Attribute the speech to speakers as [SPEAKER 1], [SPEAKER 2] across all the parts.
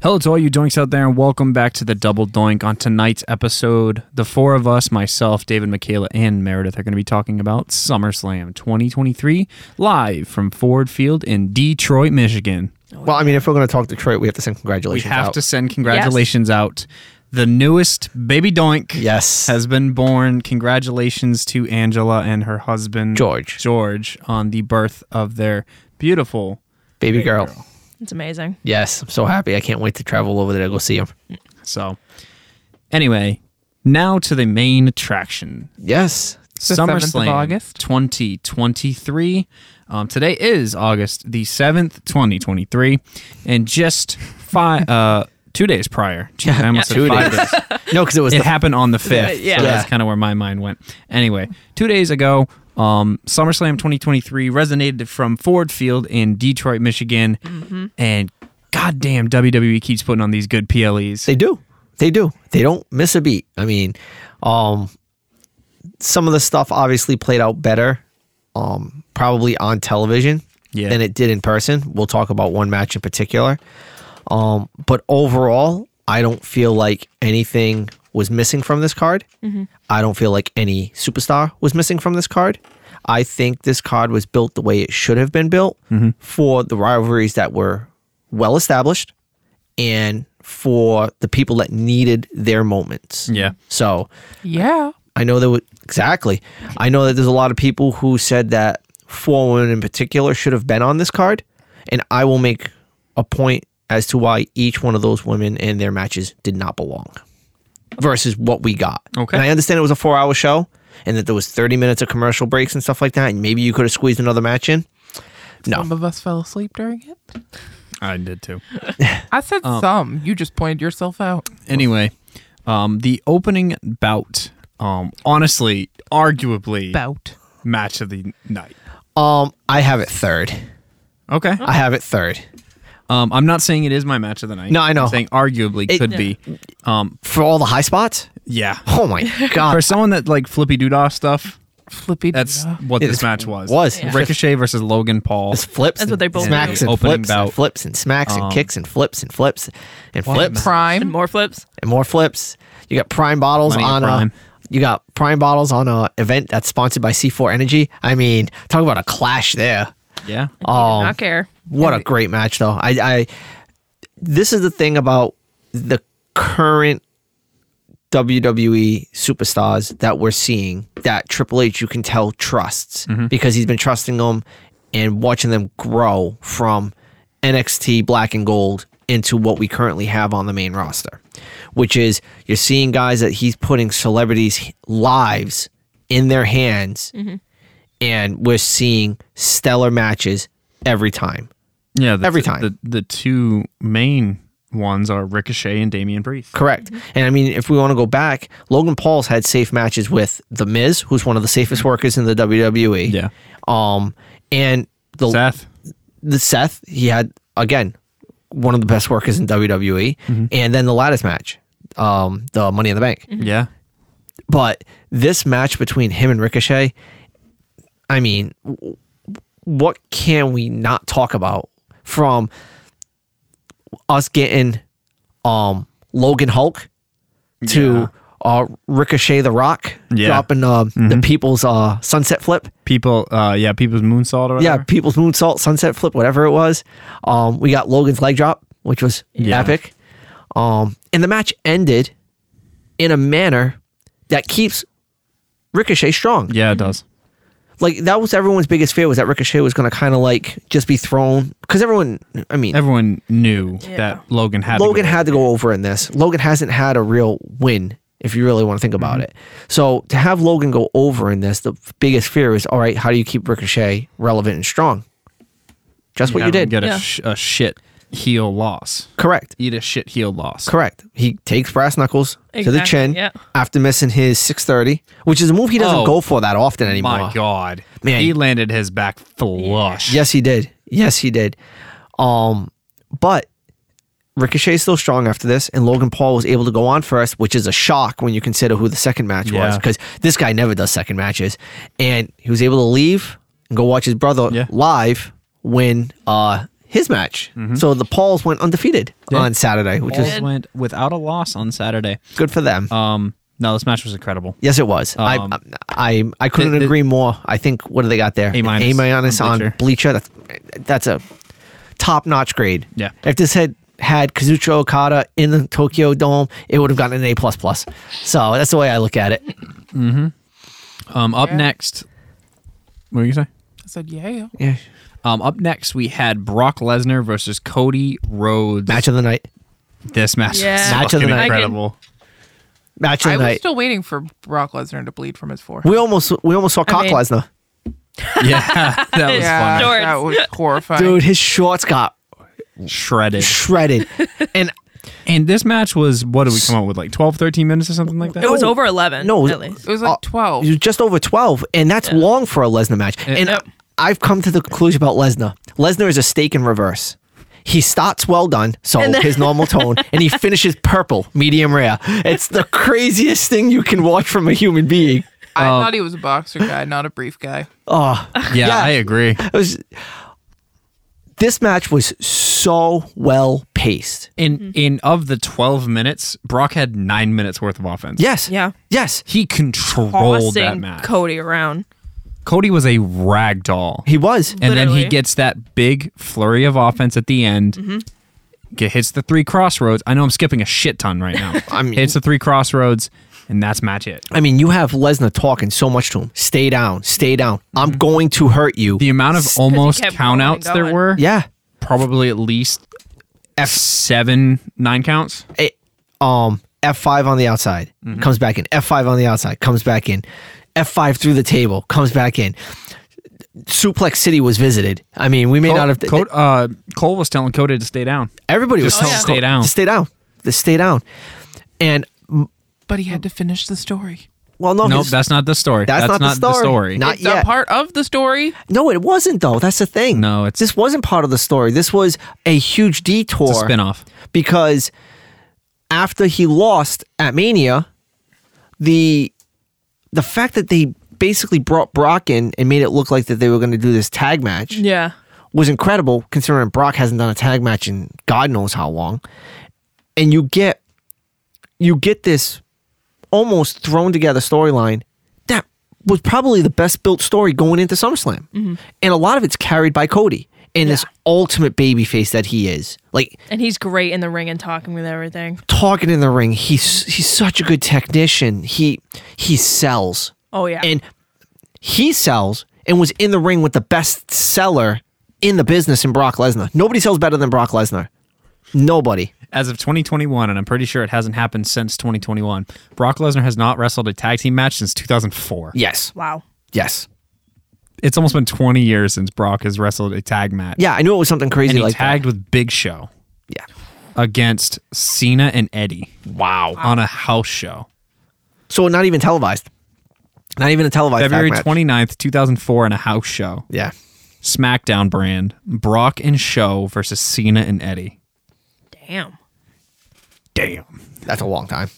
[SPEAKER 1] Hello to all you doinks out there, and welcome back to the Double Doink. On tonight's episode, the four of us, myself, David, Michaela, and Meredith, are going to be talking about SummerSlam 2023 live from Ford Field in Detroit, Michigan.
[SPEAKER 2] Well, I mean, if we're going to talk Detroit, we have to send
[SPEAKER 1] We
[SPEAKER 2] congratulations.
[SPEAKER 1] have
[SPEAKER 2] out.
[SPEAKER 1] to send congratulations out. The newest baby doink
[SPEAKER 2] Yes.
[SPEAKER 1] has been born. Congratulations to Angela and her husband
[SPEAKER 2] George.
[SPEAKER 1] George on the birth of their beautiful
[SPEAKER 2] baby girl.
[SPEAKER 3] It's amazing.
[SPEAKER 2] Yes, I'm so happy. I can't wait to travel over there to go see him.
[SPEAKER 1] So, anyway, now to the main attraction.
[SPEAKER 2] Yes.
[SPEAKER 4] the 7th of
[SPEAKER 1] SummerSlam
[SPEAKER 4] August.
[SPEAKER 1] 2023. Um, today is August the 7th, 2023. And just five, uh, two days prior. Gee, I almost said
[SPEAKER 2] Two
[SPEAKER 1] five
[SPEAKER 2] days.
[SPEAKER 1] days.
[SPEAKER 2] No, because it was
[SPEAKER 1] It
[SPEAKER 2] the
[SPEAKER 1] happened on the 5th.
[SPEAKER 3] Yeah.
[SPEAKER 1] So that's
[SPEAKER 2] Yeah.
[SPEAKER 1] kind of where my mind went. Anyway, two days ago, um, SummerSlam 2023 resonated from Ford Field in Detroit, Michigan.
[SPEAKER 4] Mm-hmm.
[SPEAKER 1] And goddamn, WWE keeps putting on these good PLEs.
[SPEAKER 2] They do. They do. They don't miss a beat. I mean, um, some of the stuff obviously played out better, um, probably on television
[SPEAKER 1] Yeah.
[SPEAKER 2] than it did in person. We'll talk about one match in particular. Um, but overall, I don't feel like anything was missing from this card. I don't feel like any superstar was missing from this card. I think this card was built the way it should have been built for the rivalries that were well established and for the people that needed their moments.
[SPEAKER 1] Yeah.
[SPEAKER 2] So
[SPEAKER 4] Yeah.
[SPEAKER 2] I know that wa- exactly. I know that there's a lot of people who said that four women in particular should have been on this card, and I will make a point as to why each one of those women and their matches did not belong versus what we got.
[SPEAKER 1] Okay.
[SPEAKER 2] And I understand it was a four hour show and that there was 30 minutes of commercial breaks and stuff like that, and maybe you could have squeezed another match in. No.
[SPEAKER 4] Some of us fell asleep during it.
[SPEAKER 1] I did too.
[SPEAKER 4] I said
[SPEAKER 2] Um,
[SPEAKER 4] some. You just pointed yourself out.
[SPEAKER 1] Anyway, um, the opening bout, um, honestly, arguably
[SPEAKER 4] Bout.
[SPEAKER 1] match of the night.
[SPEAKER 2] Um, I have it third.
[SPEAKER 1] Okay.
[SPEAKER 2] I have it third.
[SPEAKER 1] Um, I'm not saying it is my match of the night.
[SPEAKER 2] No, I know.
[SPEAKER 1] I'm saying arguably
[SPEAKER 2] It-
[SPEAKER 1] could be. Um,
[SPEAKER 2] For all the high spots?
[SPEAKER 1] yeah.
[SPEAKER 2] Oh my God.
[SPEAKER 1] For someone that like flippy doodah stuff,
[SPEAKER 4] Flippy.
[SPEAKER 1] that's
[SPEAKER 4] doodah.
[SPEAKER 1] what this
[SPEAKER 2] It's-
[SPEAKER 1] match was.
[SPEAKER 2] was. Yeah.
[SPEAKER 1] Ricochet versus Logan Paul.
[SPEAKER 2] It's flips.
[SPEAKER 3] That's
[SPEAKER 2] and
[SPEAKER 3] what they both
[SPEAKER 2] smacks
[SPEAKER 3] do.
[SPEAKER 2] and
[SPEAKER 1] Opening
[SPEAKER 2] flips and
[SPEAKER 1] bout. Um,
[SPEAKER 2] flips and smacks and kicks and flips and flips and flips
[SPEAKER 3] And
[SPEAKER 4] prime.
[SPEAKER 3] more flips.
[SPEAKER 2] and more flips. You got prime bottles
[SPEAKER 1] Money in
[SPEAKER 2] on
[SPEAKER 1] Prime.
[SPEAKER 2] a you got prime bottles on a event that's sponsored by C4 Energy. I mean, talk about a clash there.
[SPEAKER 1] Yeah.
[SPEAKER 3] I
[SPEAKER 2] Um,
[SPEAKER 3] Not care.
[SPEAKER 2] what a great match though. I, I this is the thing about the current WWE superstars that we're seeing that Triple H you can tell trusts because he's been trusting them and watching them grow from NXT Black and Gold into what we currently have on the main roster, which is you're seeing guys that he's putting celebrities' lives in their hands, and we're seeing stellar matches every time.
[SPEAKER 1] Yeah. The,
[SPEAKER 2] Every
[SPEAKER 1] the-
[SPEAKER 2] time.
[SPEAKER 1] The, the two main ones are Ricochet and Damian Priest.
[SPEAKER 2] Correct. And I mean, if we want to go back, Logan Paul's had safe matches with The Miz, who's one of the safest workers in the WWE.
[SPEAKER 1] Yeah.
[SPEAKER 2] Um, and the
[SPEAKER 1] Seth.
[SPEAKER 2] the Seth, he had again one of the best workers in WWE,
[SPEAKER 1] Mm-hmm.
[SPEAKER 2] and then the lattice match, um, the Money in the Bank.
[SPEAKER 1] Yeah.
[SPEAKER 2] But this match between him and Ricochet, I mean, w- what can we not talk about from us getting um Logan Hulk to uh Ricochet the Rock
[SPEAKER 1] Yeah.
[SPEAKER 2] dropping uh, the people's uh sunset flip?
[SPEAKER 1] People. Uh, yeah. People's moonsault or
[SPEAKER 2] Yeah,
[SPEAKER 1] whatever.
[SPEAKER 2] people's moonsault, sunset flip, whatever it was. Um, we got Logan's leg drop, which was
[SPEAKER 1] Yeah.
[SPEAKER 2] epic. Um, and the match ended in a manner that keeps Ricochet strong.
[SPEAKER 1] Yeah. It does.
[SPEAKER 2] Like that was everyone's biggest fear was that Ricochet was going to kind of like just be thrown because everyone, I mean,
[SPEAKER 1] Everyone knew that Logan had. to
[SPEAKER 2] Logan
[SPEAKER 1] go.
[SPEAKER 2] had to go over in this. Logan hasn't had a real win, if you really want to think about
[SPEAKER 1] Mm-hmm.
[SPEAKER 2] it. So to have Logan go over in this, the biggest fear is all right, how do you keep Ricochet relevant and strong? Just what you
[SPEAKER 1] Have him
[SPEAKER 2] did.
[SPEAKER 1] Get a,
[SPEAKER 3] Yeah.
[SPEAKER 1] sh- a shit heel loss.
[SPEAKER 2] Correct.
[SPEAKER 1] Eat a shit heel loss.
[SPEAKER 2] Correct. He takes brass knuckles to the
[SPEAKER 3] Exactly,
[SPEAKER 2] chin
[SPEAKER 3] yeah.
[SPEAKER 2] after missing his 630, which is a move he doesn't
[SPEAKER 1] Oh,
[SPEAKER 2] go for that often anymore.
[SPEAKER 1] My God,
[SPEAKER 2] Man.
[SPEAKER 1] he landed his back flush.
[SPEAKER 2] Yes, he did. Yes, he did. Um, but Ricochet is still strong after this, and Logan Paul was able to go on first, which is a shock when you consider who the second match was,
[SPEAKER 1] Yeah.
[SPEAKER 2] because this guy never does second matches. And he was able to leave and go watch his brother
[SPEAKER 1] Yeah.
[SPEAKER 2] live when uh, his match. So the Pauls went undefeated
[SPEAKER 1] Mm-hmm. Yeah.
[SPEAKER 2] on Saturday, which
[SPEAKER 1] Bulls
[SPEAKER 2] is
[SPEAKER 1] went without a loss on Saturday.
[SPEAKER 2] good for them.
[SPEAKER 1] Um, no, this match was incredible.
[SPEAKER 2] yes, it was.
[SPEAKER 1] um,
[SPEAKER 2] I, I I couldn't
[SPEAKER 1] the- the-
[SPEAKER 2] agree more. I think what do they got there?
[SPEAKER 1] A minus
[SPEAKER 2] A minus
[SPEAKER 1] on
[SPEAKER 2] on
[SPEAKER 1] Bleacher.
[SPEAKER 2] Bleacher. That's that's a top notch grade.
[SPEAKER 1] Yeah.
[SPEAKER 2] If this had had Kazuchika Okada in the Tokyo Dome, it would have gotten an A plus plus. So that's the way I look at it.
[SPEAKER 1] Um, up
[SPEAKER 4] Yeah.
[SPEAKER 1] next, what were you gonna say?
[SPEAKER 4] I said, yeah.
[SPEAKER 2] Yeah.
[SPEAKER 1] Um, up next we had Brock Lesnar versus Cody Rhodes.
[SPEAKER 2] Match of the night.
[SPEAKER 1] This match
[SPEAKER 3] Yeah.
[SPEAKER 1] was
[SPEAKER 2] Match of the
[SPEAKER 1] fucking
[SPEAKER 2] night.
[SPEAKER 1] incredible.
[SPEAKER 2] Match of
[SPEAKER 4] I
[SPEAKER 2] the
[SPEAKER 4] was
[SPEAKER 2] night.
[SPEAKER 4] still waiting for Brock Lesnar to bleed from his forehead.
[SPEAKER 2] we almost we almost saw Cock
[SPEAKER 3] mean-
[SPEAKER 2] Lesnar.
[SPEAKER 1] yeah, that was
[SPEAKER 4] yeah,
[SPEAKER 3] Sure.
[SPEAKER 4] that was horrifying.
[SPEAKER 2] Dude, his shorts got
[SPEAKER 1] fun. Shredded.
[SPEAKER 2] shredded. and
[SPEAKER 1] And this match was what did we come up with? Like 12, 13 minutes or something like that.
[SPEAKER 3] It was over 11.
[SPEAKER 2] no,
[SPEAKER 3] at least.
[SPEAKER 4] It was like
[SPEAKER 2] uh,
[SPEAKER 4] 12.
[SPEAKER 2] It was just over 12, and that's long for a Lesnar match. And
[SPEAKER 3] Yep.
[SPEAKER 2] I've come to the conclusion about Lesnar. Lesnar is a stake in reverse. He starts well done, so his normal tone, and he finishes purple, medium rare. It's the craziest thing you can watch from a human being.
[SPEAKER 4] I
[SPEAKER 2] um,
[SPEAKER 4] thought he was a boxer guy, not a brief guy.
[SPEAKER 2] Oh,
[SPEAKER 1] Yeah,
[SPEAKER 2] Yeah.
[SPEAKER 1] I agree.
[SPEAKER 2] it was. This match was so well paced.
[SPEAKER 3] Mm-hmm.
[SPEAKER 1] In in of the twelve minutes, Brock had nine minutes worth of offense.
[SPEAKER 2] Yes.
[SPEAKER 3] Yeah.
[SPEAKER 2] Yes.
[SPEAKER 1] he controlled that
[SPEAKER 3] Tossing
[SPEAKER 1] match.
[SPEAKER 3] Cody around.
[SPEAKER 1] Cody was a rag doll.
[SPEAKER 2] He was.
[SPEAKER 1] and then he
[SPEAKER 3] Literally. Mm-hmm.
[SPEAKER 1] gets that big flurry of offense at the end. Get hits the three crossroads. I know I'm skipping a shit ton right now.
[SPEAKER 2] I mean-
[SPEAKER 1] hits the three crossroads, and that's match it.
[SPEAKER 2] I mean, you have Lesnar talking so much to him. Stay down. Stay down.
[SPEAKER 3] Mm-hmm.
[SPEAKER 2] I'm going to hurt you.
[SPEAKER 1] The amount of almost
[SPEAKER 3] kept
[SPEAKER 1] countouts
[SPEAKER 3] going,
[SPEAKER 1] there
[SPEAKER 3] going.
[SPEAKER 1] were,
[SPEAKER 2] yeah.
[SPEAKER 1] probably at least seven nine counts.
[SPEAKER 2] it, um F5 on the outside
[SPEAKER 1] Mm-hmm.
[SPEAKER 2] comes back in. F5 on the outside comes back in. F5 through the table comes back in. Suplex City was visited. I mean, we may not have.
[SPEAKER 1] Cole, uh, Cole was telling Cody to stay down.
[SPEAKER 2] everybody was
[SPEAKER 1] Just
[SPEAKER 2] telling
[SPEAKER 1] tell him,
[SPEAKER 2] Cole,
[SPEAKER 1] "Stay down."
[SPEAKER 2] to stay down. To stay down. And
[SPEAKER 4] But he had to finish the story.
[SPEAKER 2] well, no,
[SPEAKER 1] No,
[SPEAKER 2] his-
[SPEAKER 1] that's not the story.
[SPEAKER 2] Oh, that's, not, the story. Not
[SPEAKER 4] It's
[SPEAKER 2] yet.
[SPEAKER 4] a part of the story.
[SPEAKER 2] no, it wasn't though. That's the thing.
[SPEAKER 1] No, it's-
[SPEAKER 2] this wasn't part of the story. This was a huge detour.
[SPEAKER 1] it's a spinoff.
[SPEAKER 2] because after he lost at Mania, the the fact that they basically brought Brock in and made it look like that they were going to do this tag match
[SPEAKER 3] Yeah.
[SPEAKER 2] was incredible, considering Brock hasn't done a tag match in God knows how long, and you get you get this almost thrown together storyline that was probably the best built story going into SummerSlam, and a lot of it's carried by Cody and this ultimate babyface that he is. Like
[SPEAKER 3] And he's great in the ring and talking with everything.
[SPEAKER 2] talking in the ring. He's he's such a good technician. He he sells.
[SPEAKER 3] Oh, yeah.
[SPEAKER 2] And he sells and was in the ring with the best seller in the business in Brock Lesnar. Nobody sells better than Brock Lesnar. Nobody.
[SPEAKER 1] As of 2021, and I'm pretty sure it hasn't happened since 2021, Brock Lesnar has not wrestled a tag team match since 2004.
[SPEAKER 2] Yes.
[SPEAKER 3] wow.
[SPEAKER 2] Yes.
[SPEAKER 1] It's almost been 20 years since Brock has wrestled a tag match.
[SPEAKER 2] Yeah, I knew it was something crazy
[SPEAKER 1] and he
[SPEAKER 2] like
[SPEAKER 1] tagged with Big Show
[SPEAKER 2] that. Yeah.
[SPEAKER 1] against Cena and Eddie
[SPEAKER 2] Wow.
[SPEAKER 1] on a house show.
[SPEAKER 2] So not even televised. Not even a televised
[SPEAKER 1] February
[SPEAKER 2] tag match.
[SPEAKER 1] 29th, 2004, on a house show.
[SPEAKER 2] Yeah.
[SPEAKER 1] SmackDown brand Brock and Show versus Cena and Eddie.
[SPEAKER 3] Damn.
[SPEAKER 1] Damn.
[SPEAKER 2] That's a long time.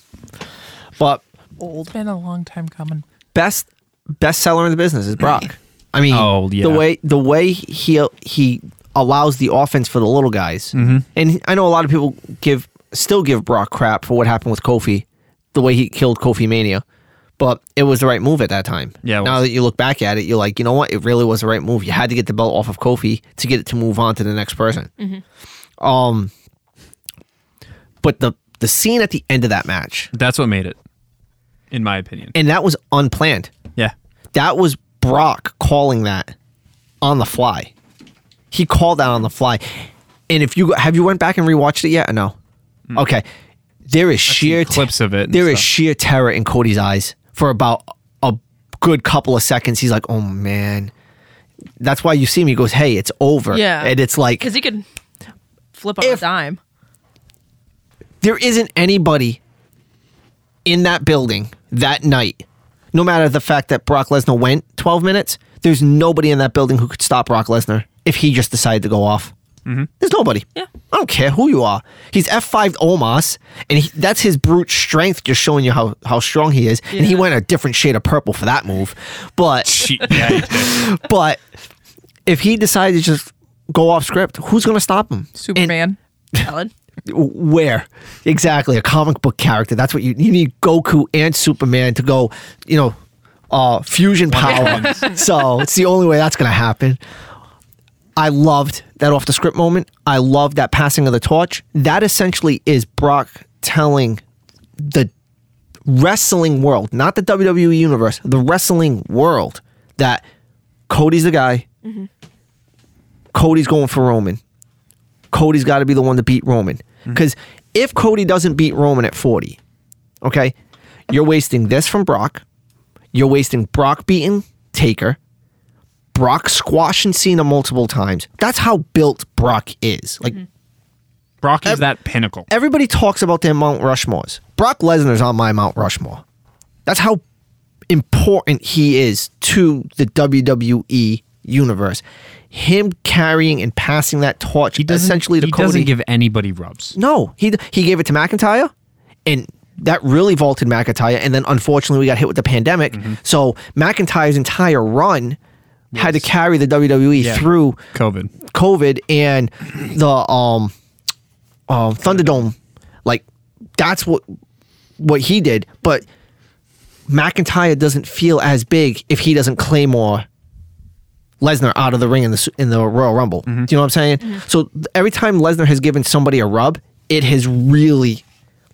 [SPEAKER 2] But
[SPEAKER 4] Old. It's been a long time coming.
[SPEAKER 2] best best seller in the business is Brock. I mean,
[SPEAKER 1] Oh, yeah.
[SPEAKER 2] the way the way he he allows the offense for the little guys,
[SPEAKER 1] Mm-hmm.
[SPEAKER 2] and I know a lot of people give still give Brock crap for what happened with Kofi, the way he killed Kofi Mania, but it was the right move at that time.
[SPEAKER 1] Yeah, it
[SPEAKER 2] Now
[SPEAKER 1] was.
[SPEAKER 2] that you look back at it, you're like, you know what? It really was the right move. You had to get the belt off of Kofi to get it to move on to the next person. Um, but the the scene at the end of that match,
[SPEAKER 1] That's what made it, in my opinion.
[SPEAKER 2] and that was unplanned.
[SPEAKER 1] Yeah.
[SPEAKER 2] That was Brock calling that on the fly. He called that on the fly. And if you have you went back and rewatched it yet or no? Okay. There is sheer
[SPEAKER 1] Mm. seen clips of it and
[SPEAKER 2] There is
[SPEAKER 1] stuff.
[SPEAKER 2] sheer terror in Cody's eyes for about a good couple of seconds. He's like, "Oh man." That's why you see him. He goes, "Hey, it's over."
[SPEAKER 3] Yeah.
[SPEAKER 2] and it's like
[SPEAKER 3] Because he could flip on
[SPEAKER 2] If-
[SPEAKER 3] a dime.
[SPEAKER 2] there isn't anybody in that building that night, no matter the fact that Brock Lesnar went 12 minutes, there's nobody in that building who could stop Brock Lesnar if he just decided to go off. There's nobody.
[SPEAKER 3] Mm-hmm. Yeah.
[SPEAKER 2] I don't care who you are. He's F5 Omos, and he, that's his brute strength, just showing you how, how strong he is. And he
[SPEAKER 3] Yeah.
[SPEAKER 2] went a different shade of purple for that move. But
[SPEAKER 1] She, yeah.
[SPEAKER 2] but if he decided to just go off script. Who's going to stop him?
[SPEAKER 4] Superman.
[SPEAKER 3] Valid.
[SPEAKER 2] where exactly a comic book character that's what you you need goku and superman to go you know uh fusion power so it's the only way that's gonna happen i loved that off the script moment i loved that passing of the torch that essentially is brock telling the wrestling world not the wwe universe the wrestling world that cody's the guy cody's going for roman Cody's got to be the one to beat Roman.
[SPEAKER 1] Mm-hmm.
[SPEAKER 2] Because if Cody doesn't beat Roman at 40, okay, you're wasting this from Brock. You're wasting Brock beating Taker. Brock squashing Cena multiple times. That's how built Brock is. Like,
[SPEAKER 1] Mm-hmm. Brock is that pinnacle.
[SPEAKER 2] everybody talks about their Mount Rushmores. Brock Lesnar's on my Mount Rushmore. That's how important he is to the WWE universe. Him carrying and passing that torch essentially to
[SPEAKER 1] he
[SPEAKER 2] Cody.
[SPEAKER 1] doesn't give anybody rubs.
[SPEAKER 2] No, he he gave it to McIntyre, and that really vaulted McIntyre. And then unfortunately, we got hit with the pandemic, so McIntyre's entire run had to carry the WWE
[SPEAKER 1] Yeah.
[SPEAKER 2] through
[SPEAKER 1] COVID.
[SPEAKER 2] COVID and the um, um Thunderdome. Like that's what what he did, but McIntyre doesn't feel as big if he doesn't claymore Lesnar out of the ring in the su- in the Royal Rumble.
[SPEAKER 1] Mm-hmm.
[SPEAKER 2] Do you know what I'm saying? So th- every time Lesnar has given somebody a rub, it has really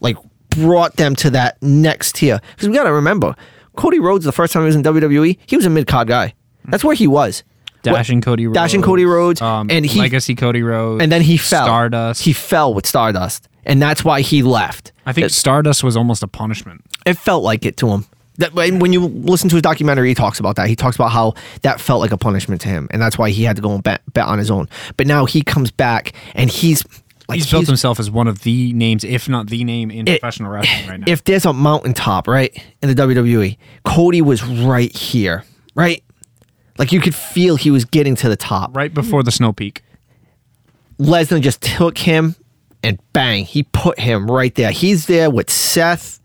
[SPEAKER 2] like brought them to that next tier. Because we got to remember, Cody Rhodes the first time he was in WWE, he was a mid card guy. That's where he was.
[SPEAKER 1] Dash and Mm. Cody Rhodes.
[SPEAKER 2] Dash and Cody Rhodes,
[SPEAKER 1] Um,
[SPEAKER 2] and he-
[SPEAKER 1] Legacy Cody Rhodes.
[SPEAKER 2] and then he fell.
[SPEAKER 1] Stardust.
[SPEAKER 2] He fell with Stardust, and that's why he left.
[SPEAKER 1] I think Stardust was almost a punishment.
[SPEAKER 2] It felt like it to him. That and when you listen to his documentary, he talks about that. He talks about how that felt like a punishment to him, and that's why he had to go and bet, bet on his own. But now he comes back, and he's like
[SPEAKER 1] He's built himself as one of the names, if not the name, in
[SPEAKER 2] It-
[SPEAKER 1] professional wrestling right now.
[SPEAKER 2] if there's a mountaintop, right, in the WWE, Cody was right here, right? Like you could feel he was getting to the top.
[SPEAKER 1] right before the snow peak.
[SPEAKER 2] Lesnar just took him and bang, he put him right there. He's there with Seth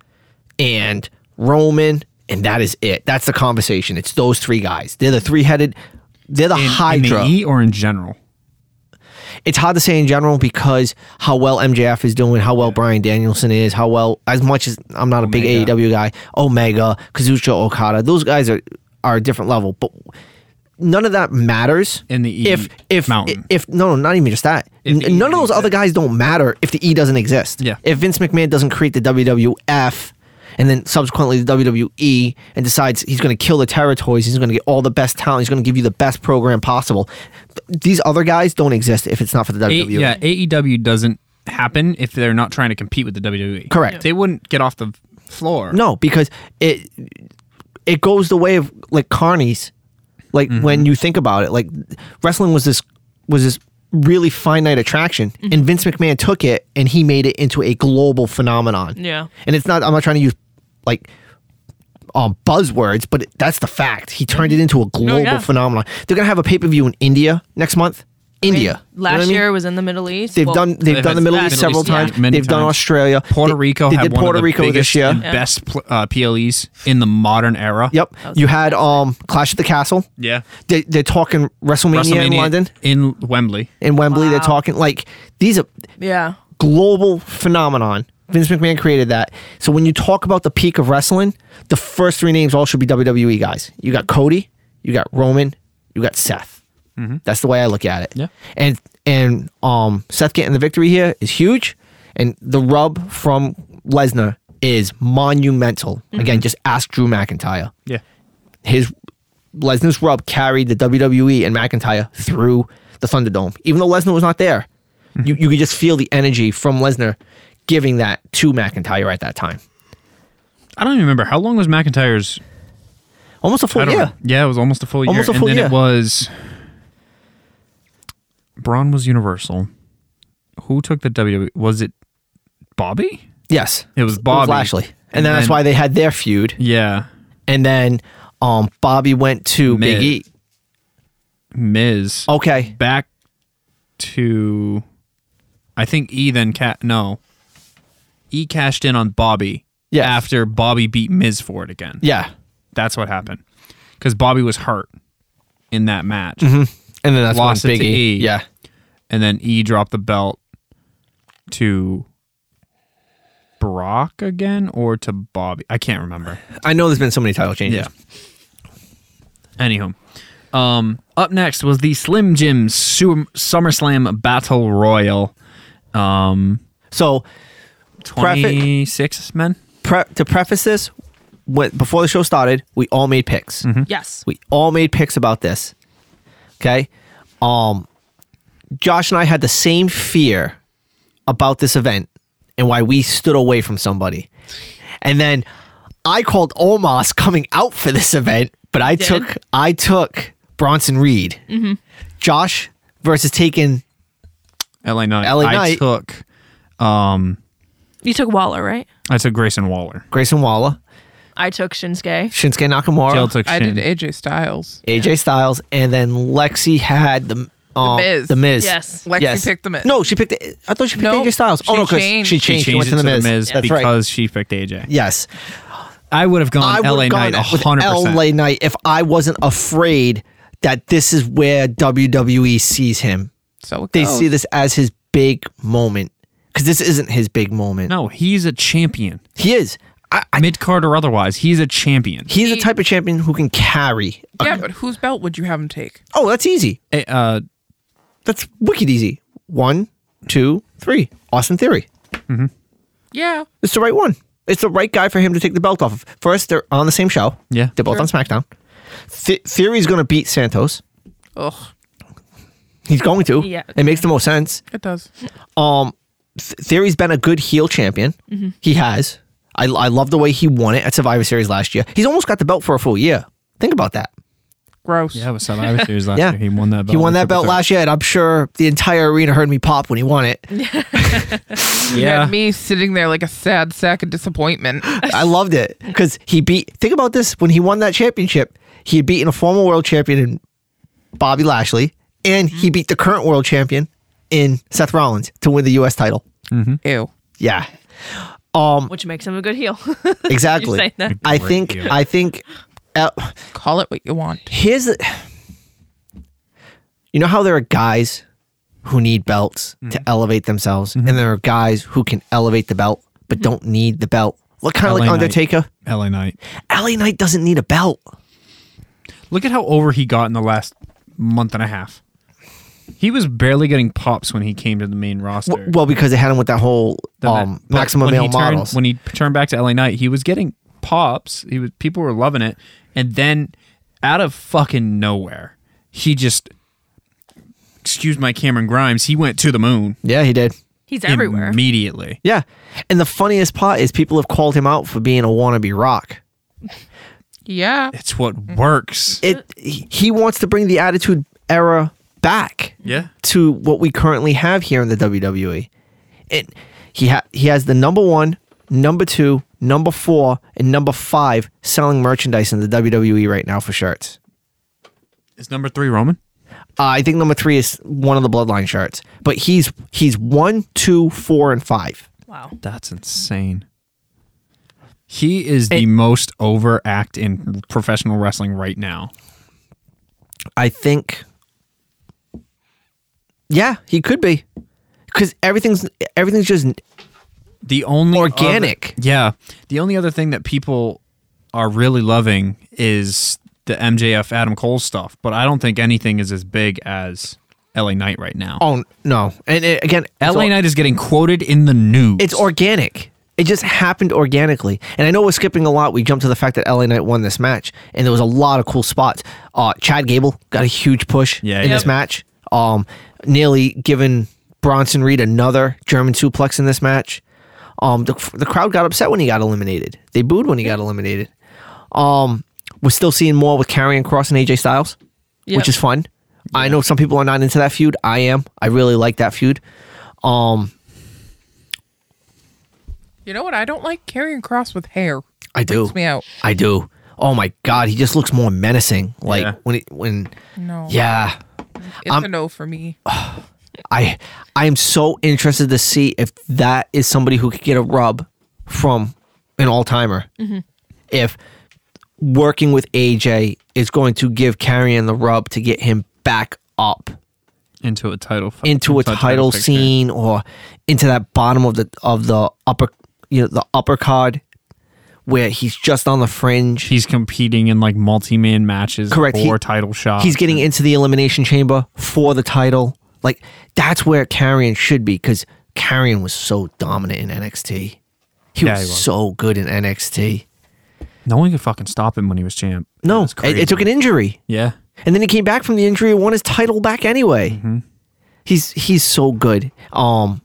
[SPEAKER 2] and Roman, and that is it. That's the conversation. It's those three guys. They're the three headed, they're the
[SPEAKER 1] In, in
[SPEAKER 2] Hydra.
[SPEAKER 1] the E or in general?
[SPEAKER 2] it's hard to say in general because how well MJF is doing, how well Brian Danielson is, how well as much as I'm not a big
[SPEAKER 1] Omega.
[SPEAKER 2] AEW guy, Omega, Kazuchika Okada, those guys are are a different level, but none of that matters
[SPEAKER 1] In the E
[SPEAKER 2] if if
[SPEAKER 1] mountain.
[SPEAKER 2] if no no not even just that
[SPEAKER 1] If the
[SPEAKER 2] N-
[SPEAKER 1] E
[SPEAKER 2] none of
[SPEAKER 1] didn't
[SPEAKER 2] those other guys don't matter if the E doesn't exist
[SPEAKER 1] Yeah.
[SPEAKER 2] if Vince McMahon doesn't create the WWF and then subsequently the WWE and decides he's going to kill the territories, he's going to get all the best talent, he's going to give you the best program possible. Th- These other guys don't exist if it's not for the E.
[SPEAKER 1] A- E,
[SPEAKER 2] WWE.
[SPEAKER 1] yeah, AEW doesn't happen if they're not trying to compete with the WWE.
[SPEAKER 2] Correct.
[SPEAKER 1] They wouldn't get off the floor.
[SPEAKER 2] No, because it it goes the way of like carnies. Like
[SPEAKER 1] Mm-hmm.
[SPEAKER 2] when you think about it, like wrestling was this was this really finite attraction,
[SPEAKER 1] Mm-hmm.
[SPEAKER 2] and Vince McMahon took it and he made it into a global phenomenon.
[SPEAKER 3] Yeah.
[SPEAKER 2] and it's not. I'm not trying to use like um buzzwords, but it, that's the fact. He turned it into a global
[SPEAKER 3] yeah.
[SPEAKER 2] phenomenon. They're gonna have a pay per view in India next month. India. You know what
[SPEAKER 3] Last
[SPEAKER 2] I mean?
[SPEAKER 3] year was in the Middle East.
[SPEAKER 2] They've
[SPEAKER 3] Well,
[SPEAKER 2] done. They've,
[SPEAKER 1] They've
[SPEAKER 2] done
[SPEAKER 1] had
[SPEAKER 2] the Middle
[SPEAKER 1] that
[SPEAKER 2] East
[SPEAKER 1] Middle
[SPEAKER 2] several
[SPEAKER 1] East,
[SPEAKER 2] times.
[SPEAKER 1] yeah, many
[SPEAKER 2] They've done
[SPEAKER 1] times.
[SPEAKER 2] Australia.
[SPEAKER 1] Puerto
[SPEAKER 2] They-
[SPEAKER 1] Rico
[SPEAKER 2] They,
[SPEAKER 1] had
[SPEAKER 2] did
[SPEAKER 1] one
[SPEAKER 2] Puerto
[SPEAKER 1] of the
[SPEAKER 2] Rico
[SPEAKER 1] biggest
[SPEAKER 2] this year.
[SPEAKER 1] and best pl- uh, PLEs in the modern era.
[SPEAKER 2] Yep. You had um Clash at the Castle.
[SPEAKER 1] Yeah.
[SPEAKER 2] They, they're talking WrestleMania, in
[SPEAKER 1] WrestleMania
[SPEAKER 2] London,
[SPEAKER 1] in Wembley.
[SPEAKER 2] in Wembley. They're talking like these are
[SPEAKER 3] Yeah.
[SPEAKER 2] global phenomenon. Vince McMahon created that. So when you talk about the peak of wrestling, the first three names all should be WWE guys. You got Cody, you got Roman, you got Seth. That's the way I look at it.
[SPEAKER 1] Yeah.
[SPEAKER 2] And and um Seth getting the victory here is huge, and the rub from Lesnar is monumental. Again, just ask Drew McIntyre
[SPEAKER 1] Yeah.
[SPEAKER 2] his Lesnar's rub carried the WWE and McIntyre through the Thunderdome, even though Lesnar was not there.
[SPEAKER 1] Hmm.
[SPEAKER 2] You you could just feel the energy from Lesnar giving that to McIntyre at that time.
[SPEAKER 1] I don't even remember how long was McIntyre's.
[SPEAKER 2] Almost a
[SPEAKER 1] I
[SPEAKER 2] full
[SPEAKER 1] don't
[SPEAKER 2] year.
[SPEAKER 1] know. Yeah, it was almost a full year.
[SPEAKER 2] Almost a full
[SPEAKER 1] and then
[SPEAKER 2] year.
[SPEAKER 1] it was. Braun was Universal. Who took the WWE? Was it Bobby?
[SPEAKER 2] Yes,
[SPEAKER 1] It was Bobby
[SPEAKER 2] Lashley, and, then that's why they had their feud.
[SPEAKER 1] Yeah,
[SPEAKER 2] And then um, Bobby went to
[SPEAKER 1] Miz.
[SPEAKER 2] Big E. Oh.
[SPEAKER 1] Miz.
[SPEAKER 2] Okay,
[SPEAKER 1] back to I think E then cat no. E cashed in on Bobby
[SPEAKER 2] Yes.
[SPEAKER 1] after Bobby beat Miz for it again.
[SPEAKER 2] yeah,
[SPEAKER 1] That's what happened. Cuz Bobby was hurt in that match.
[SPEAKER 2] and then that's
[SPEAKER 1] Lost
[SPEAKER 2] when
[SPEAKER 1] it
[SPEAKER 2] Big
[SPEAKER 1] to E.
[SPEAKER 2] Yeah,
[SPEAKER 1] and then E dropped the belt to Brock again or to Bobby. I can't remember.
[SPEAKER 2] I know there's been so many title changes.
[SPEAKER 1] Anywho, um, up next was the Slim Jim Su- SummerSlam Battle Royal. Um,
[SPEAKER 2] So Preface-
[SPEAKER 1] 26 men.
[SPEAKER 2] pre- to preface this, when, before the show started, we all made picks.
[SPEAKER 1] Mm-hmm.
[SPEAKER 3] Yes.
[SPEAKER 2] We all made picks about this. Okay. Um, Josh and I had the same fear about this event and why we stood away from somebody. And then I called Omos coming out for this event, but I
[SPEAKER 3] did?
[SPEAKER 2] took I took Bronson Reed. Josh versus taking
[SPEAKER 1] LA Knight.
[SPEAKER 2] LA
[SPEAKER 1] I
[SPEAKER 2] Knight.
[SPEAKER 1] took
[SPEAKER 3] You took Waller, right?
[SPEAKER 1] I took Grayson Waller.
[SPEAKER 2] Grayson Waller,
[SPEAKER 3] I took Shinsuke.
[SPEAKER 2] Shinsuke Nakamura,
[SPEAKER 1] Jill took
[SPEAKER 4] I
[SPEAKER 1] Shin.
[SPEAKER 4] did AJ Styles.
[SPEAKER 2] AJ Styles, and then Lexi had the um,
[SPEAKER 4] Miz.
[SPEAKER 2] The Miz.
[SPEAKER 3] Yes.
[SPEAKER 4] Lexi
[SPEAKER 2] yes.
[SPEAKER 4] picked them in.
[SPEAKER 2] No, she picked. The, I thought she picked
[SPEAKER 4] No,
[SPEAKER 2] AJ Styles. Oh
[SPEAKER 4] she
[SPEAKER 2] no, because she
[SPEAKER 4] changed-
[SPEAKER 2] changed. She,
[SPEAKER 1] She changed
[SPEAKER 2] went
[SPEAKER 1] it
[SPEAKER 2] to the Miz. That's
[SPEAKER 1] because
[SPEAKER 2] right.
[SPEAKER 1] she picked AJ.
[SPEAKER 2] Yes,
[SPEAKER 1] I would have
[SPEAKER 2] I
[SPEAKER 1] gone
[SPEAKER 2] would
[SPEAKER 1] LA
[SPEAKER 2] have gone
[SPEAKER 1] Knight
[SPEAKER 2] with
[SPEAKER 1] 100%.
[SPEAKER 2] LA Knight if I wasn't afraid that this is where WWE sees him.
[SPEAKER 4] So it
[SPEAKER 2] They
[SPEAKER 4] goes.
[SPEAKER 2] see this as his big moment because this isn't his big moment.
[SPEAKER 1] No, he's a champion.
[SPEAKER 2] He is. I, I,
[SPEAKER 1] Mid card or otherwise, he's a champion.
[SPEAKER 2] he's the type of champion who can carry. a-
[SPEAKER 4] Yeah, but whose belt would you have him take?
[SPEAKER 2] oh, that's easy.
[SPEAKER 1] Eh, Uh,
[SPEAKER 2] That's wicked easy. One, two, three. Austin Theory.
[SPEAKER 4] Yeah.
[SPEAKER 2] It's the right one. It's the right guy for him to take the belt off of. First, they're on the same show.
[SPEAKER 1] Yeah.
[SPEAKER 2] They're both on SmackDown. Th- Theory's going to beat Santos.
[SPEAKER 4] Ugh,
[SPEAKER 2] He's going to.
[SPEAKER 3] Yeah.
[SPEAKER 2] It makes the most sense.
[SPEAKER 4] it does.
[SPEAKER 2] Um, Th- Theory's been a good heel champion. He has. I, I love the way he won it at Survivor Series last year. He's almost got the belt for a full year. Think about that.
[SPEAKER 4] Gross.
[SPEAKER 1] yeah, it was Survivor Series last
[SPEAKER 2] Yeah.
[SPEAKER 1] year. He won that belt.
[SPEAKER 2] He won that belt last year, and I'm sure the entire arena heard me pop when he won it.
[SPEAKER 1] year.
[SPEAKER 4] You
[SPEAKER 1] Yeah.
[SPEAKER 4] had me sitting there like a sad sack of disappointment.
[SPEAKER 3] Mm-hmm.
[SPEAKER 2] I loved it because he beat. Think about this: when he won that championship, he had beaten a former world champion in Bobby Lashley, and he beat the current world champion in Seth Rollins to win the U.S. title.
[SPEAKER 4] Ew.
[SPEAKER 2] Yeah, um,
[SPEAKER 3] Which makes him a good heel.
[SPEAKER 2] exactly.
[SPEAKER 3] saying that.
[SPEAKER 2] I think.
[SPEAKER 1] Great deal.
[SPEAKER 2] I think. Uh,
[SPEAKER 4] Call it what you want.
[SPEAKER 2] here's the. You know how there are guys who need belts
[SPEAKER 1] Mm-hmm.
[SPEAKER 2] to elevate themselves, and there are guys who can elevate the belt but don't need the belt. Look kind of
[SPEAKER 1] LA
[SPEAKER 2] like
[SPEAKER 1] Knight.
[SPEAKER 2] Undertaker.
[SPEAKER 1] LA Knight.
[SPEAKER 2] LA Knight doesn't need a belt.
[SPEAKER 1] Look at how over he got in the last month and a half. He was barely getting pops when he came to the main roster.
[SPEAKER 2] W- Well, because they had him with that whole
[SPEAKER 1] Then that-
[SPEAKER 2] um,
[SPEAKER 1] but
[SPEAKER 2] maximum
[SPEAKER 1] when
[SPEAKER 2] male
[SPEAKER 1] he turned,
[SPEAKER 2] models.
[SPEAKER 1] When he turned back to LA Knight, he was getting pops. He was people were loving it, and then out of fucking nowhere, he just excuse my Cameron Grimes. He went to the moon
[SPEAKER 2] yeah, he did.
[SPEAKER 3] He's everywhere.
[SPEAKER 1] immediately.
[SPEAKER 2] Yeah, and the funniest part is people have called him out for being a wannabe rock.
[SPEAKER 4] Yeah.
[SPEAKER 1] It's what works.
[SPEAKER 2] It he he wants to bring the Attitude Era back
[SPEAKER 1] Yeah,
[SPEAKER 2] to what we currently have here in the WWE. It he ha- he has the number one, number two, number four, and number five selling merchandise in the WWE right now for shirts.
[SPEAKER 1] is number three Roman?
[SPEAKER 2] Uh, I think number three is one of the Bloodline shirts, but he's he's one, two, four, and five.
[SPEAKER 3] Wow.
[SPEAKER 1] That's insane. He is the most over act in professional wrestling right now.
[SPEAKER 2] I think. Yeah, he could be, because everything's everything's just
[SPEAKER 1] The only other-
[SPEAKER 2] Organic.
[SPEAKER 1] yeah. The only other thing that people are really loving is the MJF Adam Cole stuff, but I don't think anything is as big as LA Knight right now.
[SPEAKER 2] oh no, and it, again, it's,
[SPEAKER 1] LA
[SPEAKER 2] or-
[SPEAKER 1] Knight is getting quoted in the news.
[SPEAKER 2] it's organic. It just happened organically, and I know we're skipping a lot. We jumped to the fact that LA Knight won this match, and there was a lot of cool spots. Uh, Chad Gable got a huge push
[SPEAKER 1] Yeah,
[SPEAKER 2] in
[SPEAKER 1] he
[SPEAKER 2] this
[SPEAKER 1] did.
[SPEAKER 2] match. Um, nearly giving Bronson Reed another German suplex in this match. Um, the, the crowd got upset when he got eliminated. They booed when he got eliminated. Um, we're still seeing more with Karrion Cross and AJ Styles,
[SPEAKER 3] Yep.
[SPEAKER 2] which is fun. I know some people are not into that feud. I am. I really like that feud. Um,
[SPEAKER 4] You know what? I don't like carrying cross with hair.
[SPEAKER 2] I do.
[SPEAKER 4] me out.
[SPEAKER 2] I do. Oh my god, he just looks more menacing. Like
[SPEAKER 1] Yeah.
[SPEAKER 2] when it, when
[SPEAKER 4] No.
[SPEAKER 2] yeah,
[SPEAKER 4] It's
[SPEAKER 3] um,
[SPEAKER 2] I'm-
[SPEAKER 4] a no for me.
[SPEAKER 3] uh,
[SPEAKER 2] I I am so interested to see if that is somebody who could get a rub from an all timer. If working with AJ is going to give Carrion the rub to get him back up
[SPEAKER 1] into a title fight,
[SPEAKER 2] into a title
[SPEAKER 1] picture.
[SPEAKER 2] scene or into that bottom of the of the upper you know the upper card where he's just on the fringe.
[SPEAKER 1] He's competing in like multi-man matches
[SPEAKER 2] Correct, he-
[SPEAKER 1] for title shots.
[SPEAKER 2] he's getting into the elimination chamber for the title. Like that's where Carrion should be because Carrion was so dominant in NXT. He
[SPEAKER 1] Yeah,
[SPEAKER 2] was
[SPEAKER 1] he was.
[SPEAKER 2] so good in NXT.
[SPEAKER 1] no one could fucking stop him when he was champ.
[SPEAKER 2] No,
[SPEAKER 1] That's
[SPEAKER 2] it, it took an injury,
[SPEAKER 1] yeah.
[SPEAKER 2] and then he came back from the injury and won his title back anyway. He's he's so good. Um,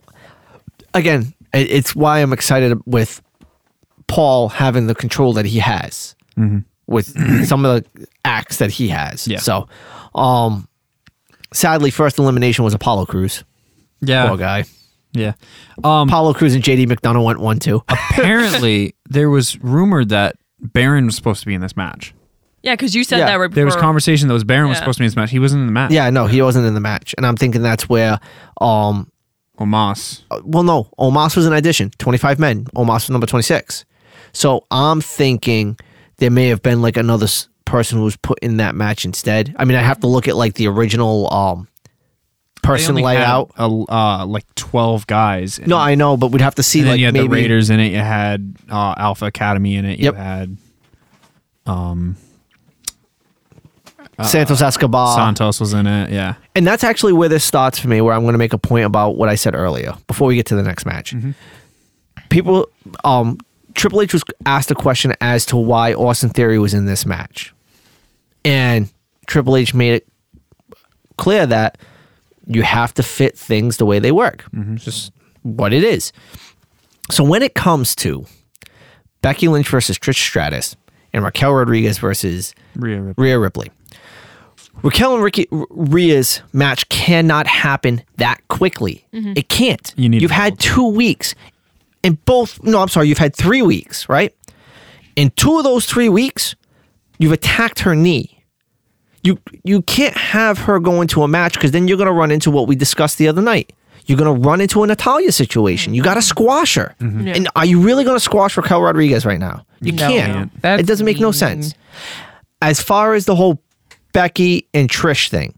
[SPEAKER 2] again, it, it's why I'm excited with Paul having the control that he has with some of the acts that he has.
[SPEAKER 1] Yeah.
[SPEAKER 2] So, um, sadly, first elimination was Apollo Cruz.
[SPEAKER 1] Yeah.
[SPEAKER 2] Poor guy.
[SPEAKER 1] Yeah.
[SPEAKER 2] Apollo Cruz and JD McDonough went one two.
[SPEAKER 1] uh, Apparently, there was rumor that Baron was supposed to be in this match.
[SPEAKER 3] Yeah, because you said
[SPEAKER 2] Yeah,
[SPEAKER 3] that right before.
[SPEAKER 1] There was conversation that was Baron was
[SPEAKER 3] Yeah.
[SPEAKER 1] supposed to be in this match. He wasn't in the match.
[SPEAKER 2] yeah, no, he wasn't in the match, and I'm thinking that's where. Um,
[SPEAKER 1] Omas.
[SPEAKER 2] uh, well, no, Omos was an addition. Twenty five men. Omos was number twenty six. So I'm thinking there may have been like another s- person who was put in that match instead. I mean, I have to look at like the original um person
[SPEAKER 1] They only
[SPEAKER 2] laid
[SPEAKER 1] had
[SPEAKER 2] out.
[SPEAKER 1] a, uh, like twelve guys.
[SPEAKER 2] No, I know, but we'd have to see
[SPEAKER 1] and then
[SPEAKER 2] like
[SPEAKER 1] you had
[SPEAKER 2] maybe
[SPEAKER 1] the Raiders in it. You had uh, Alpha Academy in it. You
[SPEAKER 2] Yep.
[SPEAKER 1] had
[SPEAKER 2] Santos Escobar.
[SPEAKER 1] uh, Santos was in it. Yeah.
[SPEAKER 2] And that's actually where this starts for me, where I'm going to make a point about what I said earlier before we get to the next match.
[SPEAKER 1] Mm-hmm.
[SPEAKER 2] People, um, Triple H was asked a question as to why Austin Theory was in this match. And Triple H made it clear that you have to fit things the way they work.
[SPEAKER 1] Mm-hmm.
[SPEAKER 2] It's just what it is. So when it comes to Becky Lynch versus Trish Stratus and Raquel Rodriguez versus
[SPEAKER 1] Rhea Ripley.
[SPEAKER 2] Rhea Ripley. Raquel and Ricky, R- Rhea's match cannot happen that quickly. It can't.
[SPEAKER 1] You need
[SPEAKER 2] you've
[SPEAKER 1] to
[SPEAKER 2] had
[SPEAKER 1] build.
[SPEAKER 2] two weeks, and both. No, I'm sorry. You've had three weeks, right? In two of those three weeks, you've attacked her knee. You you can't have her go into a match because then you're going to run into what we discussed the other night. You're going to run into a Natalia situation. You got to squash her.
[SPEAKER 1] Mm-hmm.
[SPEAKER 3] Yeah.
[SPEAKER 2] And are you really going to squash Raquel Rodriguez right now? You
[SPEAKER 4] No.
[SPEAKER 2] can't.
[SPEAKER 4] That's
[SPEAKER 2] It doesn't make no
[SPEAKER 4] mean.
[SPEAKER 2] sense as far as the whole Becky and Trish thing,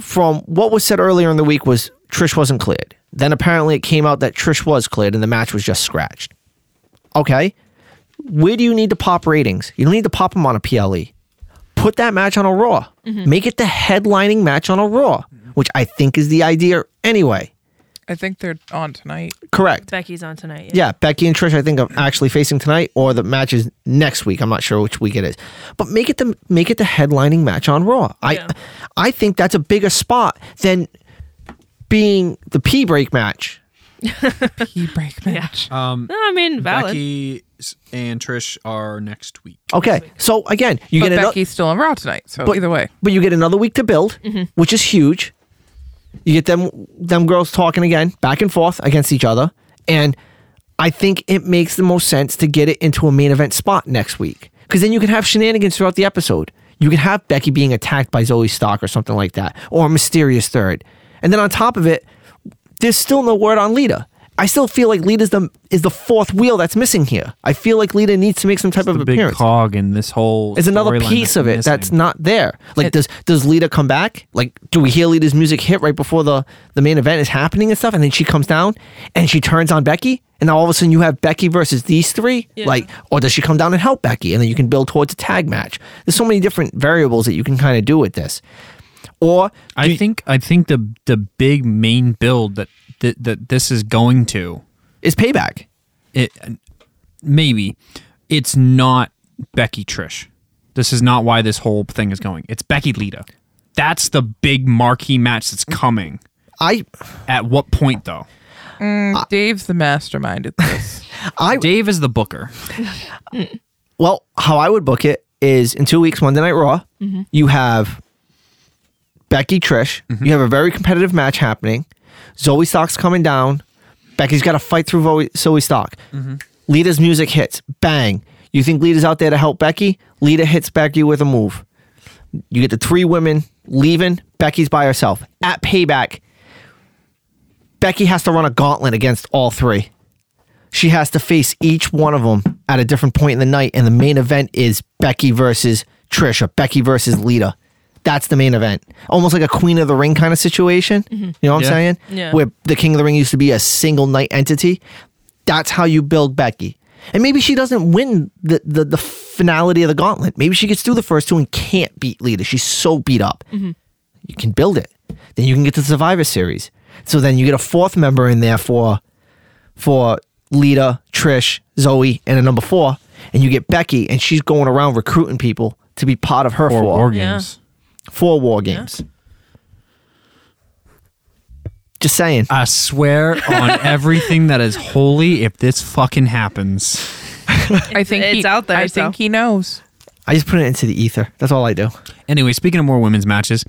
[SPEAKER 2] from what was said earlier in the week was Trish wasn't cleared. Then apparently it came out that Trish was cleared and the match was just scratched. Okay. Where do you need to pop ratings? You don't need to pop them on a PLE. Put that match on a Raw. Make it the headlining match on a Raw, which I think is the idea anyway.
[SPEAKER 4] I think they're on tonight.
[SPEAKER 2] Correct.
[SPEAKER 3] Becky's on tonight.
[SPEAKER 2] Yeah, Becky and Trish, I think I'm actually facing tonight, or the match is next week. I'm not sure which week it is, but make it the make it the headlining match on Raw. I
[SPEAKER 3] Yeah.
[SPEAKER 2] I think that's a bigger spot than being the pee break match.
[SPEAKER 4] P break match.
[SPEAKER 1] Um,
[SPEAKER 3] No, I mean, valid.
[SPEAKER 1] Becky and Trish are next week.
[SPEAKER 2] Okay, so again, you
[SPEAKER 4] But
[SPEAKER 2] get another,
[SPEAKER 4] Becky's still on Raw tonight, so
[SPEAKER 2] But-
[SPEAKER 4] either way.
[SPEAKER 2] but you get another week to build, which is huge. You get them them girls talking again, back and forth against each other, and I think it makes the most sense to get it into a main event spot next week because then you can have shenanigans throughout the episode. You can have Becky being attacked by Zoe Stock or something like that, or a mysterious third, and then on top of it, there's still no word on Lita. I still feel like Lita's the is the fourth wheel that's missing here. I feel like Lita needs to make some type of
[SPEAKER 1] The big
[SPEAKER 2] appearance.
[SPEAKER 1] cog in this whole.
[SPEAKER 2] It's another
[SPEAKER 1] storyline
[SPEAKER 2] piece of it that's
[SPEAKER 1] missing.
[SPEAKER 2] not there. Like, does does Lita come back? Like, do we hear Lita's music hit right before the the main event is happening and stuff? And then she comes down and she turns on Becky, and now all of a sudden you have Becky versus these three.
[SPEAKER 3] Yeah.
[SPEAKER 2] Like, or does she come down and help Becky, and then you can build towards a tag match? There's so many different variables that you can kind of do with this. Or
[SPEAKER 1] I think I think the the big main build that that, that this is going to
[SPEAKER 2] is payback?
[SPEAKER 1] it maybe it's not Becky Trish. This is not why this whole thing is going. It's Becky Lita. That's the big marquee match that's coming.
[SPEAKER 2] I
[SPEAKER 1] At what point though?
[SPEAKER 3] uh,
[SPEAKER 4] Dave's the mastermind at this.
[SPEAKER 2] I
[SPEAKER 1] Dave is the booker.
[SPEAKER 2] Well, how I would book it is in two weeks, Monday Night Raw, you have Becky Trish. You have a very competitive match happening. Zoe Stock's coming down. Becky's got to fight through Zoe, Zoe Stock. Lita's music hits. Bang. You think Lita's out there to help Becky? Lita hits Becky with a move. You get the three women leaving. Becky's by herself. At payback, Becky has to run a gauntlet against all three. She has to face each one of them at a different point in the night, and the main event is Becky versus Trish or Becky versus Lita. That's the main event. Almost like a Queen of the Ring kind of situation. You know what
[SPEAKER 1] Yeah.
[SPEAKER 2] I'm saying?
[SPEAKER 3] Yeah.
[SPEAKER 2] Where the King of the Ring used to be a single night entity. That's how you build Becky. And maybe she doesn't win the, the, the finality of the gauntlet. Maybe she gets through the first two and can't beat Lita. She's so beat up. You can build it. Then you can get to the Survivor Series. So then you get a fourth member in there for for Lita, Trish, Zoe, and a number four, and you get Becky, and she's going around recruiting people to be part of her
[SPEAKER 1] Or
[SPEAKER 2] four
[SPEAKER 1] war
[SPEAKER 2] war,
[SPEAKER 1] games.
[SPEAKER 2] four war games. Just saying.
[SPEAKER 1] I swear on everything that is holy if this fucking happens.
[SPEAKER 4] I think
[SPEAKER 3] it's
[SPEAKER 4] he-
[SPEAKER 3] out there,
[SPEAKER 4] I
[SPEAKER 3] so.
[SPEAKER 4] think he knows.
[SPEAKER 2] I just put it into the ether. That's all I do.
[SPEAKER 1] Anyway, speaking of more women's matches,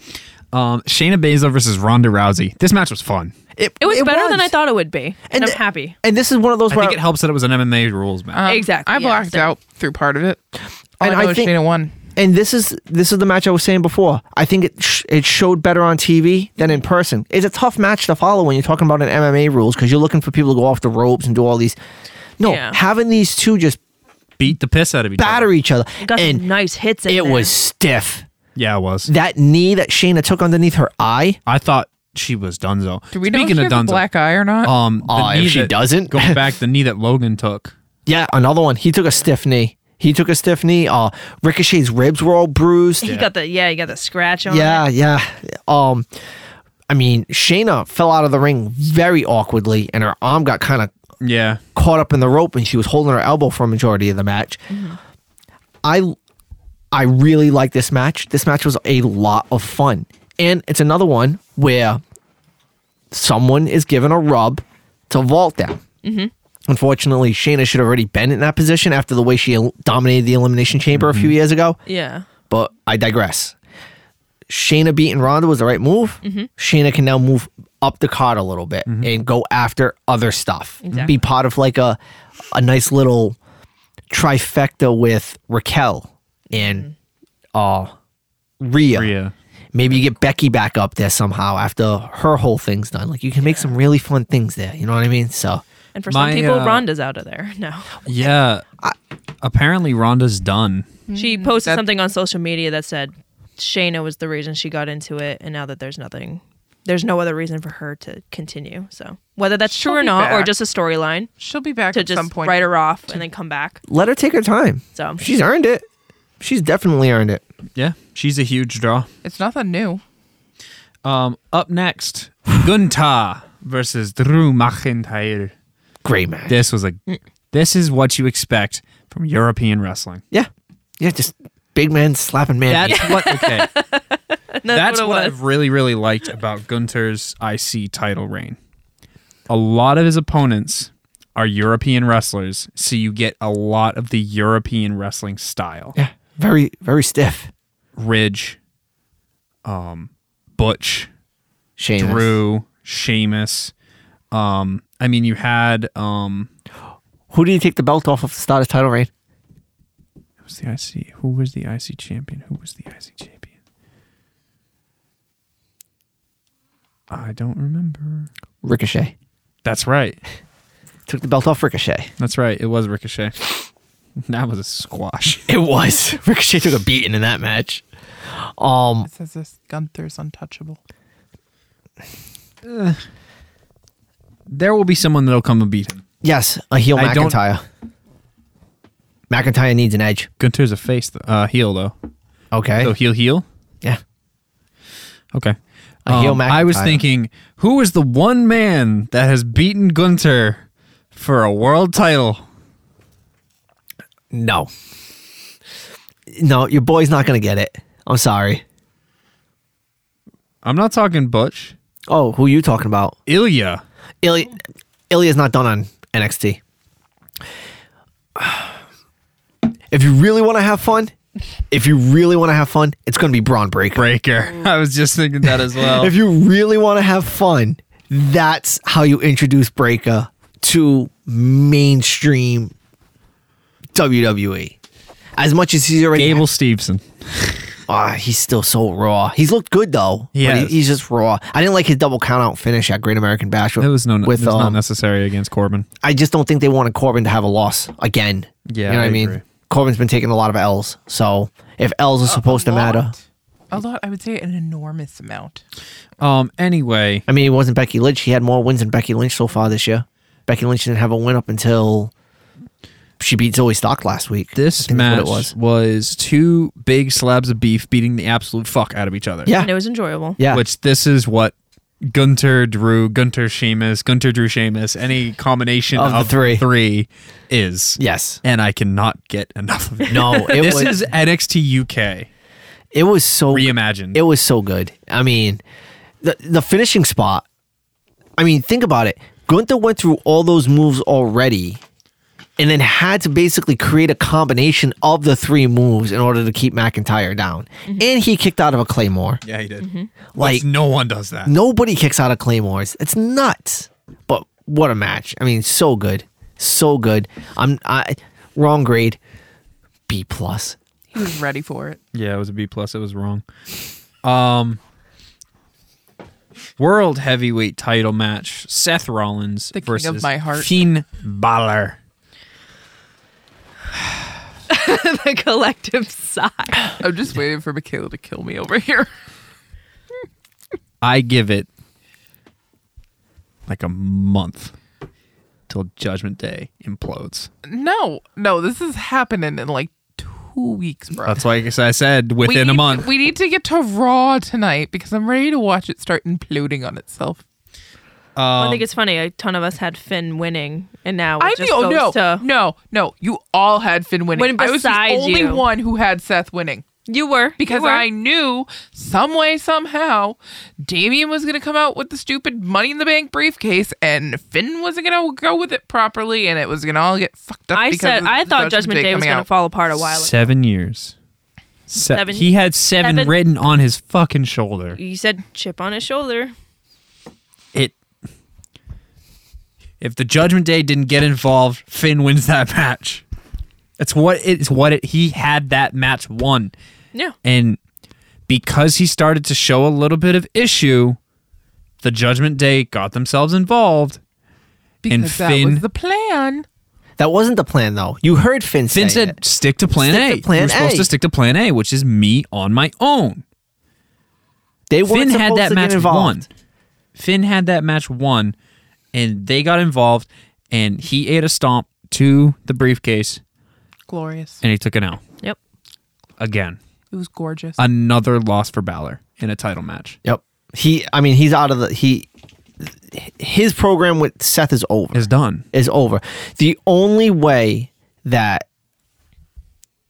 [SPEAKER 1] um, Shayna Baszler versus Ronda Rousey. This match was fun.
[SPEAKER 3] It was better than
[SPEAKER 2] was.
[SPEAKER 3] I thought it would be, and, I'm happy.
[SPEAKER 2] And this is one of those
[SPEAKER 1] I
[SPEAKER 2] where
[SPEAKER 1] think it helps that it was an MMA rules match.
[SPEAKER 3] Exactly,
[SPEAKER 4] I
[SPEAKER 3] yeah,
[SPEAKER 4] blacked
[SPEAKER 3] so-
[SPEAKER 4] out through part of it. All
[SPEAKER 2] And
[SPEAKER 4] I know
[SPEAKER 2] I
[SPEAKER 4] is
[SPEAKER 2] think-
[SPEAKER 4] Shayna won.
[SPEAKER 2] and this is this is the match I was saying before. I think it sh- it showed better on TV than in person. It's a tough match to follow when you're talking about an MMA rules because you're looking for people to go off the ropes and do all these. No,
[SPEAKER 3] Yeah.
[SPEAKER 2] having these two just
[SPEAKER 1] Beat the piss out of each
[SPEAKER 2] batter
[SPEAKER 1] other.
[SPEAKER 2] each other.
[SPEAKER 3] Got
[SPEAKER 2] and
[SPEAKER 3] some nice hits. In
[SPEAKER 2] it
[SPEAKER 3] there.
[SPEAKER 2] was stiff.
[SPEAKER 1] Yeah, it was.
[SPEAKER 2] That knee that Shayna took underneath her eye.
[SPEAKER 1] I thought she was Dunzo.
[SPEAKER 4] Do we know if she has a
[SPEAKER 1] Dunzo,
[SPEAKER 4] black eye or
[SPEAKER 3] uh,
[SPEAKER 4] not?
[SPEAKER 1] um, the
[SPEAKER 2] Aw, if
[SPEAKER 1] knee
[SPEAKER 2] she
[SPEAKER 1] that-
[SPEAKER 2] doesn't?
[SPEAKER 1] going back, the knee that Logan took.
[SPEAKER 2] Yeah, another one. He took a stiff knee. He took a stiff knee. Uh, Ricochet's ribs were all bruised.
[SPEAKER 3] He got the yeah, he got the scratch on.
[SPEAKER 2] Yeah,
[SPEAKER 3] it.
[SPEAKER 2] yeah. Um, I mean, Shayna fell out of the ring very awkwardly, and her arm got kind of
[SPEAKER 1] Yeah,
[SPEAKER 2] caught up in the rope, and she was holding her elbow for a majority of the match.
[SPEAKER 3] Mm-hmm.
[SPEAKER 2] I, I really like this match. This match was a lot of fun, and it's another one where someone is given a rub to vault down.
[SPEAKER 3] Mm-hmm.
[SPEAKER 2] Unfortunately, Shayna should have already been in that position after the way she el- dominated the Elimination Chamber a few
[SPEAKER 3] Mm-hmm.
[SPEAKER 2] years ago
[SPEAKER 3] yeah.
[SPEAKER 2] but I digress. Shayna beating Ronda was the right move.
[SPEAKER 3] Mm-hmm.
[SPEAKER 2] Shayna can now move up the card a little bit and go after other stuff.
[SPEAKER 3] Exactly.
[SPEAKER 2] Be part of like a a nice little trifecta with Raquel and
[SPEAKER 3] Mm-hmm.
[SPEAKER 2] uh Rhea.
[SPEAKER 1] Rhea.
[SPEAKER 2] Maybe you get Becky back up there somehow after her whole thing's done. Like you can make some really fun things there. You know what I mean? So
[SPEAKER 3] And for
[SPEAKER 1] My,
[SPEAKER 3] some people,
[SPEAKER 1] uh,
[SPEAKER 3] Rhonda's out of there. No,
[SPEAKER 1] Yeah. apparently, Ronda's done.
[SPEAKER 3] she posted
[SPEAKER 4] that-
[SPEAKER 3] something on social media that said Shayna was the reason she got into it, and now that there's nothing, there's no other reason for her to continue. So whether that's true
[SPEAKER 4] She'll
[SPEAKER 3] or
[SPEAKER 4] be
[SPEAKER 3] not, or
[SPEAKER 4] back.
[SPEAKER 3] just a storyline
[SPEAKER 4] She'll be back
[SPEAKER 3] to
[SPEAKER 4] at some
[SPEAKER 3] just
[SPEAKER 4] point.
[SPEAKER 3] write her off and then come back.
[SPEAKER 2] let her take her time.
[SPEAKER 3] So
[SPEAKER 2] She's earned it. She's definitely earned it.
[SPEAKER 1] Yeah, she's a huge draw.
[SPEAKER 4] It's nothing new.
[SPEAKER 1] Um, up next, Gunta versus Drew McIntyre.
[SPEAKER 2] Great match.
[SPEAKER 1] This was a.
[SPEAKER 4] Mm.
[SPEAKER 1] This is what you expect from European wrestling.
[SPEAKER 2] Yeah. Yeah, just big man slapping man.
[SPEAKER 1] That's what. Okay.
[SPEAKER 3] that's,
[SPEAKER 1] That's
[SPEAKER 3] it
[SPEAKER 1] what I've really, really liked about Gunter's IC title reign. A lot of his opponents are European wrestlers, so you get a lot of the European wrestling style.
[SPEAKER 2] yeah. Very, very stiff.
[SPEAKER 1] Ridge, um, Butch,
[SPEAKER 2] Shane.
[SPEAKER 1] Drew, Sheamus. Um, I mean, you had um,
[SPEAKER 2] Who did he take the belt off of to start his title reign?
[SPEAKER 1] who's the IC? Who was the IC champion? Who was the IC champion? I don't remember.
[SPEAKER 2] Ricochet.
[SPEAKER 1] That's right.
[SPEAKER 2] Took the belt off Ricochet.
[SPEAKER 1] That's right. It was Ricochet. That was a squash.
[SPEAKER 2] It was. Ricochet took a beating in that match. Um
[SPEAKER 4] It says this Gunther's untouchable.
[SPEAKER 1] There will be someone that'll come and beat him.
[SPEAKER 2] yes, a heel
[SPEAKER 1] I don't-
[SPEAKER 2] McIntyre. McIntyre needs an edge.
[SPEAKER 1] Gunter's a face, th- uh, heel though.
[SPEAKER 2] Okay.
[SPEAKER 1] So heel, heel.
[SPEAKER 2] yeah.
[SPEAKER 1] Okay. Um,
[SPEAKER 2] A heel
[SPEAKER 1] I was
[SPEAKER 2] McIntyre.
[SPEAKER 1] thinking, who is the one man that has beaten Gunter for a world title?
[SPEAKER 2] No. No, your boy's not gonna get it. I'm sorry.
[SPEAKER 1] I'm not talking Butch.
[SPEAKER 2] Oh, who you talking about?
[SPEAKER 1] Ilya.
[SPEAKER 2] Ilya, Ilya's not done on NXT. If you really want to have fun, if you really want to have fun, it's going to be Braun Breaker.
[SPEAKER 1] Breaker. I was just thinking that as well.
[SPEAKER 2] If you really want to have fun, that's how you introduce Breaker to mainstream WWE. As much as he's already,
[SPEAKER 1] Gable Steveson.
[SPEAKER 2] Ah, he's still so raw. He's looked good though. but
[SPEAKER 1] Yes.
[SPEAKER 2] he's just raw. I didn't like his double count out finish at Great American Bash.
[SPEAKER 1] It was no, it
[SPEAKER 2] with
[SPEAKER 1] was not
[SPEAKER 2] um,
[SPEAKER 1] necessary against Corbin.
[SPEAKER 2] I just don't think they wanted Corbin to have a loss again.
[SPEAKER 1] Yeah,
[SPEAKER 2] you know what
[SPEAKER 1] I
[SPEAKER 2] I mean.
[SPEAKER 1] agree.
[SPEAKER 2] Corbin's been taking a lot of L's, so if L's are supposed to matter,
[SPEAKER 4] Lot. A lot, I would say an enormous amount.
[SPEAKER 1] Um. Anyway,
[SPEAKER 2] I mean, it wasn't Becky Lynch. He had more wins than Becky Lynch so far this year. Becky Lynch didn't have a win up until she beat Zoe Stock last week. I
[SPEAKER 1] this
[SPEAKER 2] think that's
[SPEAKER 1] match
[SPEAKER 2] what
[SPEAKER 1] was. two big slabs of beef beating the absolute fuck out of each other.
[SPEAKER 2] Yeah,
[SPEAKER 3] And it was enjoyable.
[SPEAKER 2] yeah.
[SPEAKER 1] Which this is what Gunter Drew, Gunter Sheamus, Gunter Drew Sheamus, any combination
[SPEAKER 2] Of
[SPEAKER 1] of,
[SPEAKER 2] the three.
[SPEAKER 1] three is.
[SPEAKER 2] yes.
[SPEAKER 1] And I cannot get enough of it.
[SPEAKER 2] No, it
[SPEAKER 1] this
[SPEAKER 2] was
[SPEAKER 1] is NXT UK
[SPEAKER 2] it was so
[SPEAKER 1] reimagined.
[SPEAKER 2] it was so good. I mean, the the finishing spot. I mean, think about it. Gunther went through all those moves already, and then had to basically create a combination of the three moves in order to keep McIntyre down. And he kicked out of a claymore.
[SPEAKER 1] yeah, he did.
[SPEAKER 2] Mm-hmm. Like
[SPEAKER 1] Which no one does that.
[SPEAKER 2] Nobody kicks out of claymores. It's nuts. But what a match! I mean, so good, so good. I'm I wrong grade, B plus.
[SPEAKER 4] He was ready for it.
[SPEAKER 1] Yeah, it was a B plus. It was wrong. Um, world heavyweight title match: Seth Rollins
[SPEAKER 4] The king of
[SPEAKER 1] versus
[SPEAKER 4] my heart.
[SPEAKER 1] Finn Balor.
[SPEAKER 3] the collective sigh.
[SPEAKER 4] I'm just waiting for Michaela to kill me over here.
[SPEAKER 1] I give it like a month till Judgment Day implodes.
[SPEAKER 4] No, no, this is happening in like two weeks, bro.
[SPEAKER 1] That's why I said
[SPEAKER 4] We
[SPEAKER 1] within a
[SPEAKER 4] need-
[SPEAKER 1] month.
[SPEAKER 4] We need to get to Raw tonight because I'm ready to watch it start imploding on itself.
[SPEAKER 1] Um,
[SPEAKER 3] I think it's funny. A ton of us had Finn winning, and now it
[SPEAKER 4] I
[SPEAKER 3] just
[SPEAKER 4] think, oh,
[SPEAKER 3] goes
[SPEAKER 4] no,
[SPEAKER 3] to
[SPEAKER 4] no, no. You all had Finn winning.
[SPEAKER 3] When
[SPEAKER 4] I was the
[SPEAKER 3] beside
[SPEAKER 4] only
[SPEAKER 3] you.
[SPEAKER 4] one who had Seth winning
[SPEAKER 3] you were you
[SPEAKER 4] because
[SPEAKER 3] were.
[SPEAKER 4] I knew some way, somehow, Damien was going to come out with the stupid Money in the Bank briefcase and Finn wasn't going to go with it properly and it was going to all get fucked up.
[SPEAKER 3] I
[SPEAKER 4] because
[SPEAKER 3] said
[SPEAKER 4] of
[SPEAKER 3] I
[SPEAKER 4] the
[SPEAKER 3] thought Judgment Day was
[SPEAKER 4] coming
[SPEAKER 3] going to
[SPEAKER 4] out.
[SPEAKER 3] fall apart a while ago.
[SPEAKER 1] seven years. Se-
[SPEAKER 3] Seven-
[SPEAKER 1] he had seven,
[SPEAKER 3] seven-
[SPEAKER 1] written on his fucking shoulder.
[SPEAKER 3] You said chip on his shoulder.
[SPEAKER 1] It. If the Judgment Day didn't get involved, Finn wins that match. It's what it's what it, he had that match won,
[SPEAKER 3] Yeah.
[SPEAKER 1] and because he started to show a little bit of issue, the Judgment Day got themselves involved.
[SPEAKER 4] Because
[SPEAKER 1] and
[SPEAKER 4] that
[SPEAKER 1] Finn-
[SPEAKER 4] was the plan.
[SPEAKER 2] That wasn't the plan though. You heard Finn.
[SPEAKER 1] Finn
[SPEAKER 2] say
[SPEAKER 1] said,
[SPEAKER 2] it.
[SPEAKER 1] "Stick to Plan
[SPEAKER 2] Stick
[SPEAKER 1] A.
[SPEAKER 2] to plan
[SPEAKER 1] You're supposed
[SPEAKER 2] A.
[SPEAKER 1] to stick to Plan A, which is me on my own."
[SPEAKER 2] they
[SPEAKER 1] Finn
[SPEAKER 2] weren't
[SPEAKER 1] had
[SPEAKER 2] supposed
[SPEAKER 1] that
[SPEAKER 2] to get
[SPEAKER 1] match
[SPEAKER 2] involved.
[SPEAKER 1] won. Finn had that match won, and they got involved, and he ate a stomp to the briefcase,
[SPEAKER 4] Glorious.
[SPEAKER 1] and he took an L
[SPEAKER 3] Yep.
[SPEAKER 1] again.
[SPEAKER 4] It was gorgeous.
[SPEAKER 1] Another loss for Balor in a title match.
[SPEAKER 2] Yep. He. I mean, he's out of the. He. His program with Seth is over.
[SPEAKER 1] Is
[SPEAKER 2] Is,
[SPEAKER 1] done.
[SPEAKER 2] over. The only way that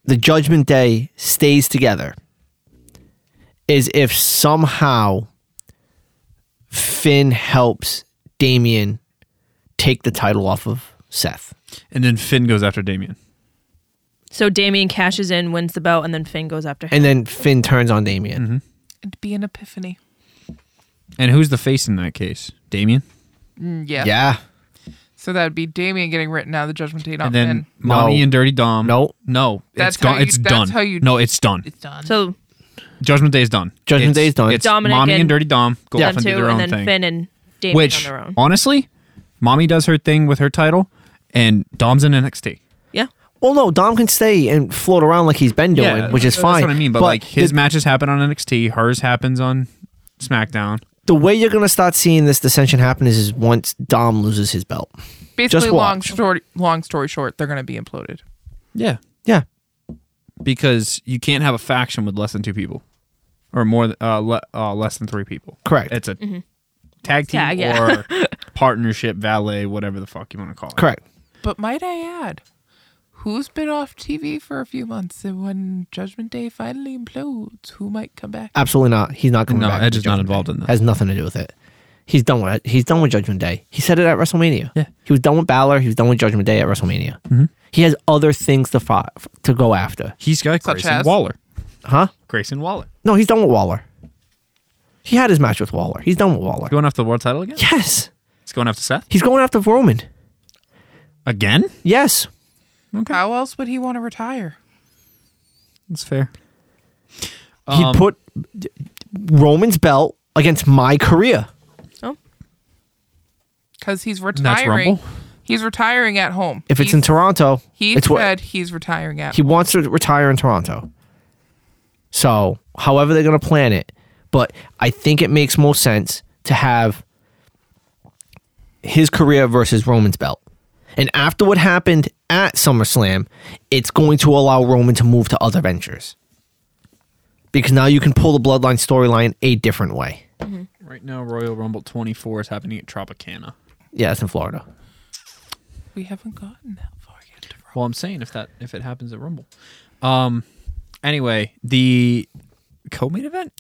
[SPEAKER 2] the Judgment Day stays together is if somehow Finn helps Damien take the title off of Seth.
[SPEAKER 1] And then Finn goes after Damien.
[SPEAKER 3] So Damien cashes in, wins the belt, and then Finn goes after him.
[SPEAKER 2] And then Finn turns on Damien.
[SPEAKER 1] Mm-hmm.
[SPEAKER 4] It'd be an epiphany.
[SPEAKER 1] And who's the face in that case? Damien?
[SPEAKER 4] Mm, yeah.
[SPEAKER 2] Yeah.
[SPEAKER 4] So that would be Damien getting written out of the Judgment
[SPEAKER 3] Oh,
[SPEAKER 4] Day, not
[SPEAKER 1] and then
[SPEAKER 4] Finn.
[SPEAKER 1] Mommy
[SPEAKER 2] No.
[SPEAKER 1] and Dirty Dom.
[SPEAKER 2] Nope.
[SPEAKER 1] No.
[SPEAKER 4] That's
[SPEAKER 1] it's gone.
[SPEAKER 4] how you-
[SPEAKER 1] it's
[SPEAKER 4] that's
[SPEAKER 1] done.
[SPEAKER 4] how you-
[SPEAKER 1] no, it's done.
[SPEAKER 4] It's done.
[SPEAKER 3] so
[SPEAKER 1] Judgment Day is done.
[SPEAKER 2] Judgment
[SPEAKER 1] It's-
[SPEAKER 2] Day is done.
[SPEAKER 1] It's
[SPEAKER 3] Dominic
[SPEAKER 1] Mommy and,
[SPEAKER 3] and-
[SPEAKER 1] Dirty Dom go
[SPEAKER 3] yeah,
[SPEAKER 1] off and do
[SPEAKER 3] two,
[SPEAKER 1] their own
[SPEAKER 3] and then
[SPEAKER 1] thing.
[SPEAKER 3] Finn and Damien
[SPEAKER 1] Which,
[SPEAKER 3] on their own.
[SPEAKER 1] honestly, Mommy does her thing with her title, and Dom's in NXT.
[SPEAKER 3] yeah.
[SPEAKER 2] Well, no, Dom can stay and float around like he's been doing, which is
[SPEAKER 1] that's
[SPEAKER 2] fine.
[SPEAKER 1] what I mean. But, like his
[SPEAKER 2] the,
[SPEAKER 1] matches happen on NXT, hers happens on SmackDown.
[SPEAKER 2] the way you're gonna start seeing this dissension happen is, is once Dom loses his belt.
[SPEAKER 4] Basically,
[SPEAKER 2] Just
[SPEAKER 4] long
[SPEAKER 2] watch.
[SPEAKER 4] story, long story short, they're going to be imploded.
[SPEAKER 1] Yeah,
[SPEAKER 2] Yeah,
[SPEAKER 1] because you can't have a faction with less than two people, or more th- uh, le- uh, less than three people.
[SPEAKER 2] Correct.
[SPEAKER 1] It's a tag team
[SPEAKER 3] Tag, Mm-hmm. yeah.
[SPEAKER 1] or partnership, valet, whatever the fuck you want to call it.
[SPEAKER 2] correct.
[SPEAKER 4] But might I add, who's been off TV for a few months, and when Judgment Day finally implodes, who might come back?
[SPEAKER 2] Absolutely not. He's not coming
[SPEAKER 1] No,
[SPEAKER 2] back.
[SPEAKER 1] Edge
[SPEAKER 2] to
[SPEAKER 1] is not
[SPEAKER 2] Judgment
[SPEAKER 1] involved
[SPEAKER 2] Day.
[SPEAKER 1] in this.
[SPEAKER 2] Has nothing to do with it. He's done with it. He's done with Judgment Day. He said it at WrestleMania.
[SPEAKER 1] Yeah.
[SPEAKER 2] He was done with Balor. He was done with Judgment Day at WrestleMania. Mm-hmm. He has other things to fi- to go after,
[SPEAKER 1] He's got
[SPEAKER 4] Such
[SPEAKER 1] Grayson
[SPEAKER 4] as?
[SPEAKER 1] Waller.
[SPEAKER 2] huh?
[SPEAKER 1] Grayson Waller.
[SPEAKER 2] No, he's done with Waller. He had his match with Waller. He's done with Waller.
[SPEAKER 1] Going after the world title again?
[SPEAKER 2] Yes,
[SPEAKER 1] He's going after Seth
[SPEAKER 2] he's going after Roman.
[SPEAKER 1] again.
[SPEAKER 2] Yes,
[SPEAKER 4] How else would he want to retire?
[SPEAKER 1] That's fair. Um,
[SPEAKER 2] he put Roman's belt against my career.
[SPEAKER 3] Oh.
[SPEAKER 4] Because he's
[SPEAKER 1] that's
[SPEAKER 4] retiring.
[SPEAKER 1] Rumble.
[SPEAKER 4] He's retiring at home.
[SPEAKER 2] If it's
[SPEAKER 4] He's-
[SPEAKER 2] in Toronto,
[SPEAKER 4] he
[SPEAKER 2] it's
[SPEAKER 4] said
[SPEAKER 2] what
[SPEAKER 4] he's retiring at.
[SPEAKER 2] he wants to retire in Toronto. So, however they're going to plan it, but I think it makes most sense to have his career versus Roman's belt. And after what happened at SummerSlam, it's going to allow Roman to move to other ventures. Because now you can pull the bloodline storyline a different way.
[SPEAKER 1] Right now, Royal Rumble 24 is happening at Tropicana.
[SPEAKER 2] Yeah, that's in Florida.
[SPEAKER 4] We haven't gotten that far yet. to Rome.
[SPEAKER 1] Well, I'm saying if that if it happens at Rumble. Um. Anyway, the co-main event.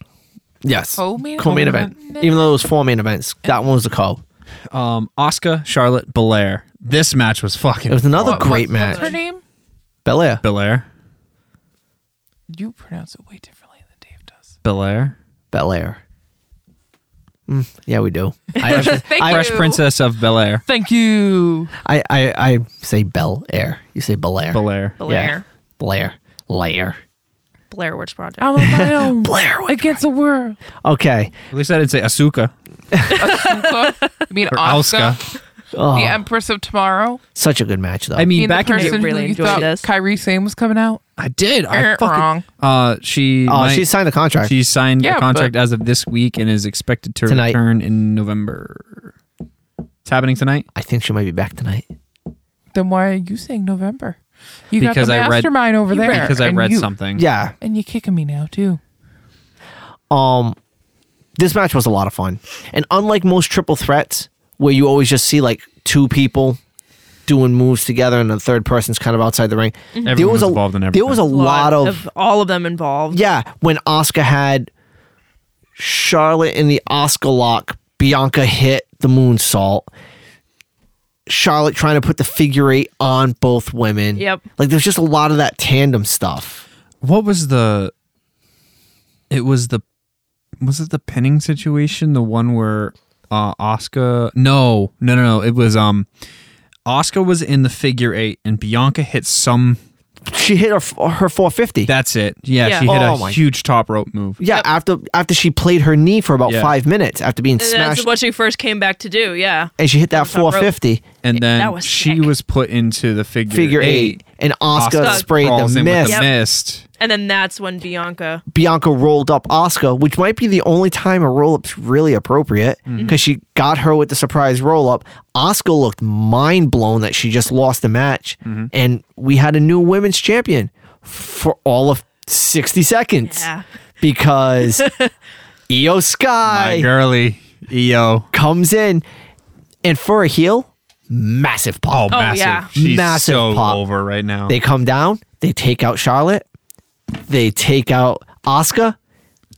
[SPEAKER 2] Yes.
[SPEAKER 4] Co-main
[SPEAKER 2] Co-main
[SPEAKER 4] event?
[SPEAKER 2] event. Even though it was four main events, that one was the co.
[SPEAKER 1] Um. Oscar, Charlotte, Belair. This match was fucking.
[SPEAKER 2] It was another
[SPEAKER 4] What-
[SPEAKER 2] great
[SPEAKER 4] what- What's her
[SPEAKER 2] match.
[SPEAKER 4] name?
[SPEAKER 2] Belair.
[SPEAKER 1] Belair.
[SPEAKER 4] You pronounce it way differently than Dave does.
[SPEAKER 1] Belair.
[SPEAKER 2] Belair. Mm, yeah, we do. I,
[SPEAKER 4] Thank
[SPEAKER 2] I-
[SPEAKER 1] Fresh Princess of Bel Air.
[SPEAKER 4] Thank you.
[SPEAKER 2] I, I, I say Bel Air. You say Belair.
[SPEAKER 1] Belair.
[SPEAKER 3] Oh, Blair.
[SPEAKER 2] Blair. Lair.
[SPEAKER 3] Blair Witch Project.
[SPEAKER 4] I'm on my own.
[SPEAKER 2] Blair.
[SPEAKER 4] Against the world.
[SPEAKER 2] Okay.
[SPEAKER 1] At least I didn't say Asuka
[SPEAKER 4] Asuka. I mean,
[SPEAKER 1] or
[SPEAKER 4] Asuka.
[SPEAKER 1] Auska.
[SPEAKER 2] Oh,
[SPEAKER 4] The Empress of Tomorrow.
[SPEAKER 2] Such a good match, though.
[SPEAKER 1] I mean,
[SPEAKER 4] Being
[SPEAKER 1] back
[SPEAKER 4] the
[SPEAKER 1] in the
[SPEAKER 4] person
[SPEAKER 3] Really
[SPEAKER 4] who you
[SPEAKER 3] enjoyed
[SPEAKER 4] thought
[SPEAKER 3] this.
[SPEAKER 4] Kyrie Sane was coming out.
[SPEAKER 1] I did. I
[SPEAKER 4] Err,
[SPEAKER 1] fucking,
[SPEAKER 4] wrong.
[SPEAKER 1] Uh, she.
[SPEAKER 2] oh,
[SPEAKER 1] my-
[SPEAKER 2] she signed the contract.
[SPEAKER 1] She signed
[SPEAKER 4] Yeah,
[SPEAKER 1] a contract
[SPEAKER 4] but-
[SPEAKER 1] as of this week and is expected to
[SPEAKER 2] Tonight.
[SPEAKER 1] return in November. It's happening tonight.
[SPEAKER 2] I think she might be back tonight.
[SPEAKER 4] Then why are you saying November? You
[SPEAKER 1] Because
[SPEAKER 4] got
[SPEAKER 1] I read-
[SPEAKER 4] the mastermind over there.
[SPEAKER 1] Because I
[SPEAKER 4] and
[SPEAKER 1] read
[SPEAKER 4] you-
[SPEAKER 1] something.
[SPEAKER 2] Yeah.
[SPEAKER 4] And you're kicking me now, too.
[SPEAKER 2] Um, this match was a lot of fun, and unlike most triple threats, where you always just see like two people doing moves together, and the third person's kind of outside the ring. there
[SPEAKER 1] Everyone
[SPEAKER 2] was
[SPEAKER 1] was
[SPEAKER 2] a
[SPEAKER 1] involved in
[SPEAKER 2] there was a Mm-hmm. lot of
[SPEAKER 3] all of them involved.
[SPEAKER 2] Yeah, when Oscar had Charlotte in the Oscar lock, Bianca hit the moonsault. Charlotte trying to put the figure eight on both women.
[SPEAKER 3] Yep.
[SPEAKER 2] Like there's just a lot of that tandem stuff.
[SPEAKER 1] What was the? It was the, was it the pinning situation? The one where uh Oscar? No, no, no, no. It was um, Oscar was in the figure eight and Bianca hit some.
[SPEAKER 2] She hit her her 450.
[SPEAKER 1] That's it. Yeah,
[SPEAKER 3] Yeah.
[SPEAKER 1] she hit
[SPEAKER 2] Oh
[SPEAKER 1] a
[SPEAKER 2] my-
[SPEAKER 1] huge top rope move.
[SPEAKER 2] yeah, after after she played her knee for about
[SPEAKER 1] Yeah.
[SPEAKER 2] 5 minutes after being
[SPEAKER 3] And
[SPEAKER 2] smashed
[SPEAKER 3] That's what she first came back to do. Yeah.
[SPEAKER 2] and she hit that
[SPEAKER 3] top rope.
[SPEAKER 2] 450
[SPEAKER 1] And then
[SPEAKER 3] that was
[SPEAKER 1] she
[SPEAKER 3] sick.
[SPEAKER 1] was put into the figure,
[SPEAKER 2] figure 8, and Oscar,
[SPEAKER 1] Asuka
[SPEAKER 2] sprayed
[SPEAKER 1] crawls
[SPEAKER 2] the
[SPEAKER 1] in with
[SPEAKER 2] mist.
[SPEAKER 1] the mist.
[SPEAKER 3] And then that's when Bianca.
[SPEAKER 2] Bianca rolled up Oscar, which might be the only time a roll up's really appropriate
[SPEAKER 1] Mm-hmm.
[SPEAKER 2] because she got her with the surprise roll up. Oscar looked mind blown that she just lost the match,
[SPEAKER 1] Mm-hmm.
[SPEAKER 2] and we had a new women's champion for all of sixty seconds
[SPEAKER 3] Yeah.
[SPEAKER 2] because Io
[SPEAKER 1] My
[SPEAKER 2] Sky
[SPEAKER 1] girly E EO.
[SPEAKER 2] comes in, and for a heel, massive
[SPEAKER 1] Oh,
[SPEAKER 2] pop.
[SPEAKER 1] massive.
[SPEAKER 3] yeah.
[SPEAKER 1] She's
[SPEAKER 2] Massive
[SPEAKER 1] so
[SPEAKER 2] pop.
[SPEAKER 1] over right now.
[SPEAKER 2] They come down, they take out Charlotte, they take out Oscar,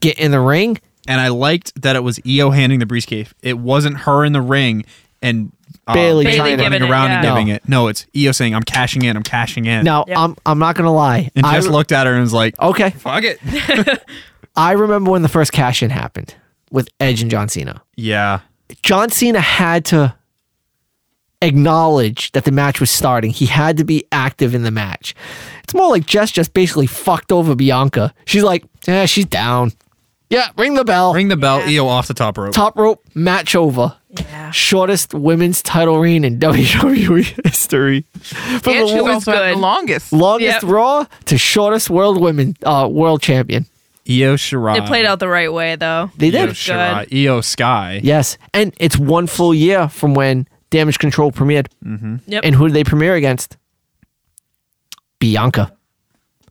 [SPEAKER 2] get in the ring.
[SPEAKER 1] and I liked that it was EO handing the briefcase. It wasn't her in the ring and uh,
[SPEAKER 2] Bailey
[SPEAKER 1] Bayley
[SPEAKER 2] trying to-
[SPEAKER 1] running
[SPEAKER 3] giving it,
[SPEAKER 1] around
[SPEAKER 2] yeah.
[SPEAKER 1] and giving
[SPEAKER 2] No.
[SPEAKER 1] it. No, it's EO saying, "I'm cashing in. I'm cashing in."
[SPEAKER 2] Now
[SPEAKER 3] Yep.
[SPEAKER 2] I'm I'm not gonna lie.
[SPEAKER 1] and
[SPEAKER 2] I
[SPEAKER 1] just
[SPEAKER 2] re- Oh.
[SPEAKER 1] looked at her and was like,
[SPEAKER 2] okay.
[SPEAKER 1] "Fuck it."
[SPEAKER 2] I remember when the first cash in happened with Edge and John Cena.
[SPEAKER 1] yeah,
[SPEAKER 2] John Cena had to acknowledge that the match was starting. He had to be active in the match. It's more like Jess just basically fucked over Bianca. She's like, yeah, she's down. Yeah, ring the bell.
[SPEAKER 1] ring the bell. EO off the top rope.
[SPEAKER 2] Top rope match over.
[SPEAKER 3] Yeah.
[SPEAKER 2] Shortest women's title reign in WWE history. From
[SPEAKER 4] And she's
[SPEAKER 2] the
[SPEAKER 4] also
[SPEAKER 3] good.
[SPEAKER 4] the longest.
[SPEAKER 2] longest
[SPEAKER 3] Yep.
[SPEAKER 2] Raw to shortest world women uh, world champion.
[SPEAKER 1] EO E Shirai.
[SPEAKER 3] It played out the right way, though.
[SPEAKER 2] They
[SPEAKER 1] EO
[SPEAKER 2] did.
[SPEAKER 1] Shirai. EO Sky.
[SPEAKER 2] Yes, and it's one full year from when Damage Control premiered.
[SPEAKER 3] Yep.
[SPEAKER 2] And who did they premiere against? Bianca.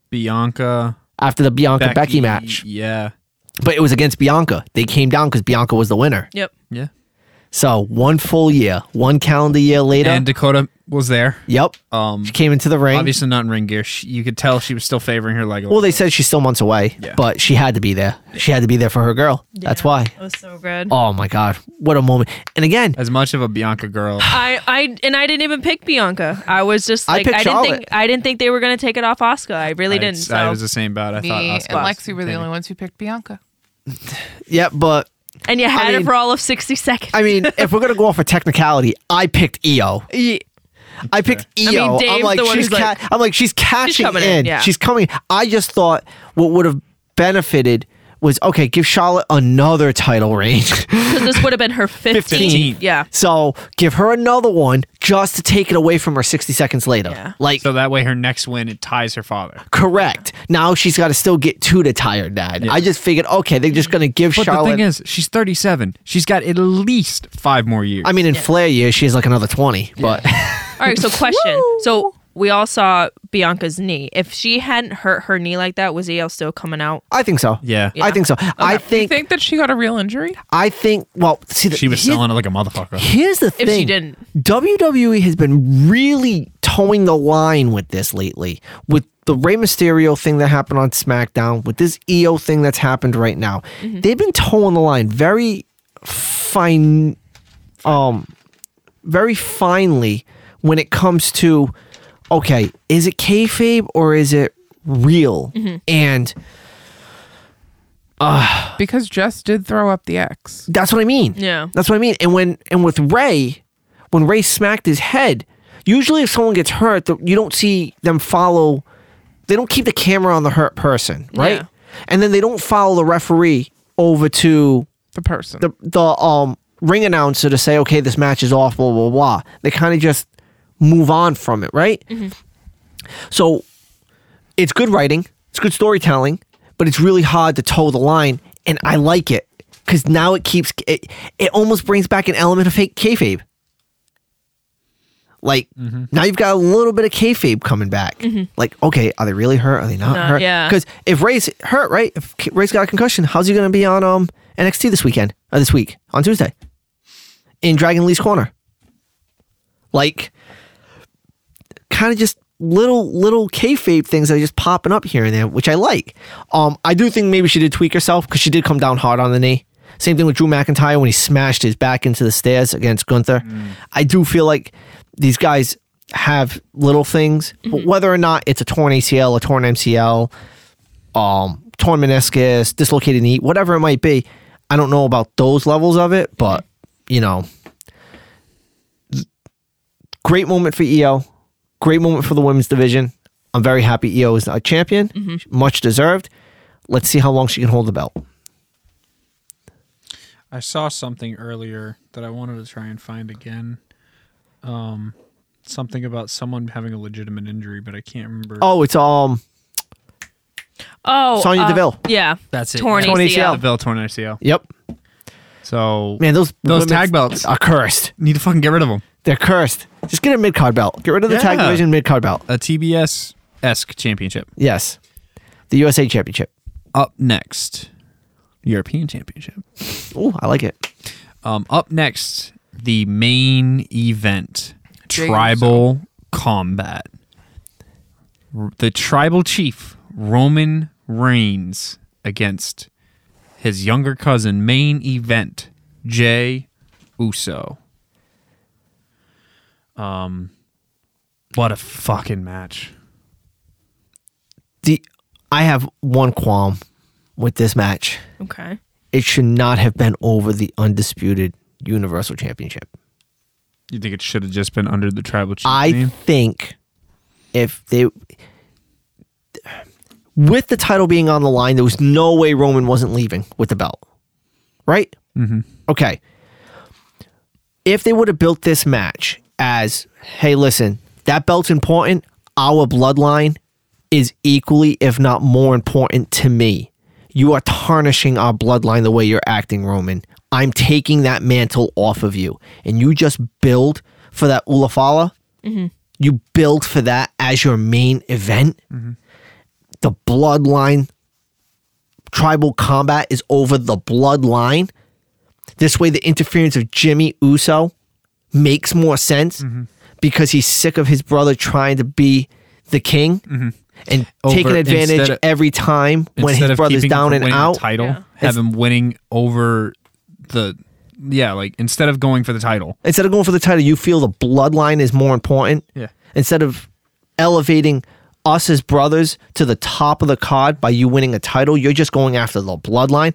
[SPEAKER 1] Bianca.
[SPEAKER 2] After the Bianca Becky, match,
[SPEAKER 1] Yeah.
[SPEAKER 2] but it was against Bianca. They came down because Bianca was the winner.
[SPEAKER 3] yep.
[SPEAKER 1] Yeah.
[SPEAKER 2] So one full year, one calendar year later.
[SPEAKER 1] And Dakota was there.
[SPEAKER 2] yep,
[SPEAKER 1] Um,
[SPEAKER 2] she came into the ring.
[SPEAKER 1] obviously not in ring gear. She, you could tell she was still favoring her leg. a
[SPEAKER 2] Well, they
[SPEAKER 1] little.
[SPEAKER 2] said she's still months away,
[SPEAKER 1] Yeah.
[SPEAKER 2] but she had to be there. She had to be there for her girl. That's
[SPEAKER 3] Yeah.
[SPEAKER 2] why.
[SPEAKER 3] It was so good.
[SPEAKER 2] Oh my God, what a moment! And again,
[SPEAKER 1] as much of a Bianca girl.
[SPEAKER 3] I, I and I didn't even pick Bianca. I was just
[SPEAKER 2] I
[SPEAKER 3] like
[SPEAKER 2] picked
[SPEAKER 3] I, didn't think
[SPEAKER 2] Charlotte.
[SPEAKER 3] I didn't think they were gonna take it off Oscar. I really didn't. So.
[SPEAKER 1] I was the same bout. I
[SPEAKER 4] Me
[SPEAKER 1] thought
[SPEAKER 4] and
[SPEAKER 1] Asuka was
[SPEAKER 4] Lexi were the
[SPEAKER 1] contending.
[SPEAKER 4] only ones who picked Bianca.
[SPEAKER 2] yeah, but
[SPEAKER 3] and you had
[SPEAKER 2] mean-
[SPEAKER 3] it for all of sixty seconds.
[SPEAKER 2] I mean, if we're gonna go off a technicality, I picked EO.
[SPEAKER 3] mean,
[SPEAKER 2] I picked EO. I
[SPEAKER 3] mean,
[SPEAKER 2] am
[SPEAKER 3] Dave's
[SPEAKER 2] like
[SPEAKER 3] the one
[SPEAKER 2] she's
[SPEAKER 3] who's
[SPEAKER 2] ca- I'm like she's cashing
[SPEAKER 3] coming
[SPEAKER 2] in.
[SPEAKER 3] in, yeah.
[SPEAKER 2] She's coming. I just thought what would have benefited was okay, give Charlotte another title reign.
[SPEAKER 3] Because this would have been her 15th.
[SPEAKER 1] 15th.
[SPEAKER 3] Yeah.
[SPEAKER 2] so give her another one just to take it away from her 60 seconds later.
[SPEAKER 3] Yeah.
[SPEAKER 2] Like,
[SPEAKER 1] So that way her next win it ties her father.
[SPEAKER 2] correct. Now she's got to still get two to tired dad. I just figured, okay, they're just going to give
[SPEAKER 1] But
[SPEAKER 2] Charlotte.
[SPEAKER 1] the thing is, she's 37. She's got at least five more years.
[SPEAKER 2] I mean, in Flair year, she has like another 20, but
[SPEAKER 3] All right. So, question. so, we all saw Bianca's knee. If she hadn't hurt her knee like that, was EL still coming out?
[SPEAKER 2] I think so.
[SPEAKER 1] Yeah.
[SPEAKER 2] I think so. I
[SPEAKER 4] You
[SPEAKER 2] think,
[SPEAKER 4] think that she got a real injury?
[SPEAKER 2] I think, well, see, the,
[SPEAKER 1] she was
[SPEAKER 2] here-
[SPEAKER 1] selling it like a motherfucker.
[SPEAKER 2] Here's the
[SPEAKER 3] she
[SPEAKER 2] thing.
[SPEAKER 3] didn't.
[SPEAKER 2] WWE has been really towing the line with this lately. With the Rey Mysterio thing that happened on SmackDown, with this EO thing that's happened right now.
[SPEAKER 3] Mm-hmm.
[SPEAKER 2] They've been towing the line very fine um very finely when it comes to okay, is it kayfabe or is it real?
[SPEAKER 3] Mm-hmm.
[SPEAKER 2] And
[SPEAKER 4] Because Jess did throw up the X.
[SPEAKER 2] That's what I mean.
[SPEAKER 3] Yeah.
[SPEAKER 2] That's what I mean. And when and with Ray, when Ray smacked his head, usually if someone gets hurt, th- you don't see them follow. They don't keep the camera on the hurt person, right?
[SPEAKER 3] Yeah.
[SPEAKER 2] And then they don't follow the referee over to
[SPEAKER 4] The person.
[SPEAKER 2] the the um ring announcer to say, okay, this match is off, blah blah blah. They kind of just move on from it, right? So it's good writing, it's good storytelling, but it's really hard to toe the line, and I like it because now it keeps it. It almost brings back an element of fake kayfabe. Like now you've got a little bit of kayfabe coming back. Like okay, are they really hurt? Are they not
[SPEAKER 3] No,
[SPEAKER 2] hurt?
[SPEAKER 3] yeah.
[SPEAKER 2] Because if Ray's hurt, right? If K- Ray's got a concussion, how's he going to be on um NXT this weekend or this week on Tuesday in Dragon Lee's corner? Like, kind of just little little kayfabe things that are just popping up here and there, which I like. Um, I do think maybe she did tweak herself because she did come down hard on the knee. Same thing with Drew McIntyre when he smashed his back into the stairs against Gunther. I do feel like these guys have little things, but whether or not it's a torn ACL, a torn MCL, um, torn meniscus, dislocated knee, whatever it might be, I don't know about those levels of it, but you know, great moment for EO. Great moment for the women's division. I'm very happy EO is a champion.
[SPEAKER 1] Mm-hmm.
[SPEAKER 2] Much deserved. Let's see how long she can hold the belt.
[SPEAKER 1] I saw something earlier that I wanted to try and find again. Um, something about someone having a legitimate injury, but I can't remember.
[SPEAKER 2] Oh, it's um
[SPEAKER 3] Oh.
[SPEAKER 2] Sonya Deville.
[SPEAKER 3] Yeah.
[SPEAKER 1] That's it.
[SPEAKER 3] Torn
[SPEAKER 1] Yeah.
[SPEAKER 2] Torn
[SPEAKER 3] ACL.
[SPEAKER 2] ACL.
[SPEAKER 1] Belt torn ACL.
[SPEAKER 2] yep.
[SPEAKER 1] So
[SPEAKER 2] Man, those
[SPEAKER 1] those
[SPEAKER 2] women's
[SPEAKER 1] tag belts
[SPEAKER 2] are cursed.
[SPEAKER 1] need to fucking get rid of them.
[SPEAKER 2] They're cursed. Just get a mid card belt. Get rid of the tag
[SPEAKER 1] Yeah.
[SPEAKER 2] division mid card belt.
[SPEAKER 1] A TBS esque championship.
[SPEAKER 2] Yes. The USA Championship.
[SPEAKER 1] Up next, European Championship.
[SPEAKER 2] Oh, I like it.
[SPEAKER 1] Um, up next, the main event
[SPEAKER 4] Jay
[SPEAKER 1] tribal combat. R- The tribal chief, Roman Reigns, against his younger cousin, main event, Jay Uso. Um, what a fucking match.
[SPEAKER 2] The I have one qualm with this match.
[SPEAKER 3] Okay.
[SPEAKER 2] It should not have been over the undisputed Universal Championship.
[SPEAKER 1] You think it should have just been under the tribal chief
[SPEAKER 2] I
[SPEAKER 1] name?
[SPEAKER 2] think if they with the title being on the line, there was no way Roman wasn't leaving with the belt. Right? Mm-hmm. Okay. If they would have built this match as, hey, listen, that belt's important. Our bloodline is equally, if not more important to me. You are tarnishing our bloodline the way you're acting, Roman. I'm taking that mantle off of you. And you just build for that Ulafala you build for that as your main event.
[SPEAKER 1] Mm-hmm.
[SPEAKER 2] The bloodline tribal combat is over the bloodline. This way, the interference of Jimmy Uso makes more sense
[SPEAKER 1] Mm-hmm.
[SPEAKER 2] because he's sick of his brother trying to be the king and
[SPEAKER 1] Mm-hmm. Over-
[SPEAKER 2] taking advantage
[SPEAKER 1] instead of-
[SPEAKER 2] every time when
[SPEAKER 1] Instead
[SPEAKER 2] his
[SPEAKER 1] of
[SPEAKER 2] brother's
[SPEAKER 1] keeping him
[SPEAKER 2] down
[SPEAKER 1] from
[SPEAKER 2] and
[SPEAKER 1] winning
[SPEAKER 2] out.
[SPEAKER 1] the title,
[SPEAKER 3] Yeah.
[SPEAKER 1] have him winning over the yeah, like instead of going for the title.
[SPEAKER 2] Instead of going for the title, you feel the bloodline is more important.
[SPEAKER 1] Yeah.
[SPEAKER 2] instead of elevating us as brothers to the top of the card by you winning a title, you're just going after the bloodline.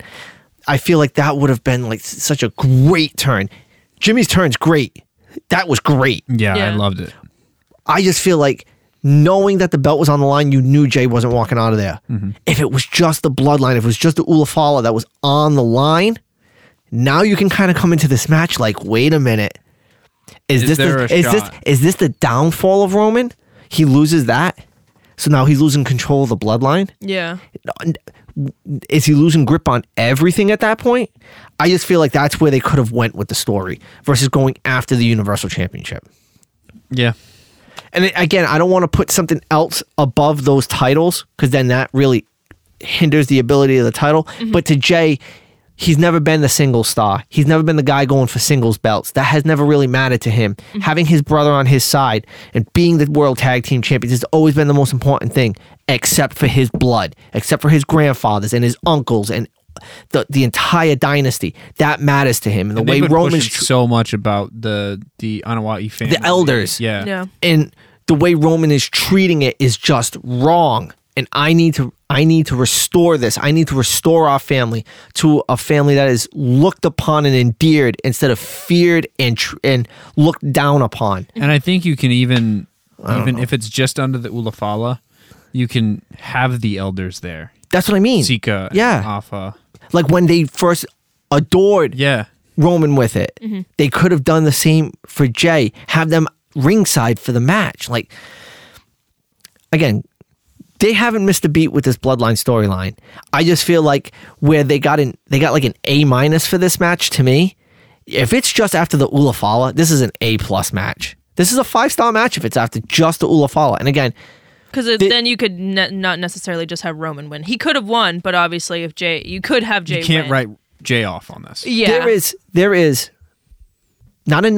[SPEAKER 2] I feel like that would have been like s- such a great turn. Jimmy's turn's great. That was great.
[SPEAKER 1] Yeah, I
[SPEAKER 3] Yeah.
[SPEAKER 1] loved it.
[SPEAKER 2] I just feel like knowing that the belt was on the line, you knew Jay wasn't walking out of there.
[SPEAKER 1] Mm-hmm.
[SPEAKER 2] If it was just the bloodline, if it was just the Ulafala that was on the line, now you can kind of come into this match like, wait a minute. Is,
[SPEAKER 1] Is
[SPEAKER 2] this
[SPEAKER 1] there
[SPEAKER 2] the,
[SPEAKER 1] a
[SPEAKER 2] is
[SPEAKER 1] shot?
[SPEAKER 2] this is this the downfall of Roman? He loses that. So now he's losing control of the bloodline?
[SPEAKER 3] Yeah.
[SPEAKER 2] is he losing grip on everything at that point? I just feel like that's where they could have went with the story versus going after the Universal Championship.
[SPEAKER 1] Yeah.
[SPEAKER 2] And a- again, I don't want to put something else above those titles because then that really hinders the ability of the title.
[SPEAKER 1] Mm-hmm.
[SPEAKER 2] But to Jay, he's never been the single star. He's never been the guy going for singles belts. That has never really mattered to him.
[SPEAKER 1] Mm-hmm.
[SPEAKER 2] Having his brother on his side and being the world tag team champions has always been the most important thing, except for his blood, except for his grandfathers and his uncles and the the entire dynasty. That matters to him. And the
[SPEAKER 1] They've
[SPEAKER 2] way
[SPEAKER 1] been
[SPEAKER 2] Roman's
[SPEAKER 1] pushing
[SPEAKER 2] tr-
[SPEAKER 1] so much about the the Anawai family,
[SPEAKER 2] elders.
[SPEAKER 1] Yeah.
[SPEAKER 3] Yeah.
[SPEAKER 2] and the way Roman is treating it is just wrong. And I need to I need to restore this. I need to restore our family to a family that is looked upon and endeared instead of feared and tr- and looked down upon.
[SPEAKER 1] And I think you can even even if it's just under the Ulafala, you can have the elders there.
[SPEAKER 2] That's what I mean.
[SPEAKER 1] Sika, and
[SPEAKER 2] Yeah.
[SPEAKER 1] Afa.
[SPEAKER 2] Like when they first adored
[SPEAKER 1] Yeah.
[SPEAKER 2] Roman with it. They could have done the same for Jay. Have them ringside for the match. Like again, they haven't missed a beat with this bloodline storyline. I just feel like where they got an they got like an A minus for this match to me. If it's just after the Ulafala, this is an A plus match. This is a five star match if it's after just the Ulafala. And again,
[SPEAKER 3] Because then you could ne- not necessarily just have Roman win. He could have won, but obviously, if Jay, you could have Jay.
[SPEAKER 1] You can't
[SPEAKER 3] win.
[SPEAKER 1] write Jay off on this.
[SPEAKER 3] Yeah.
[SPEAKER 2] there is there is not a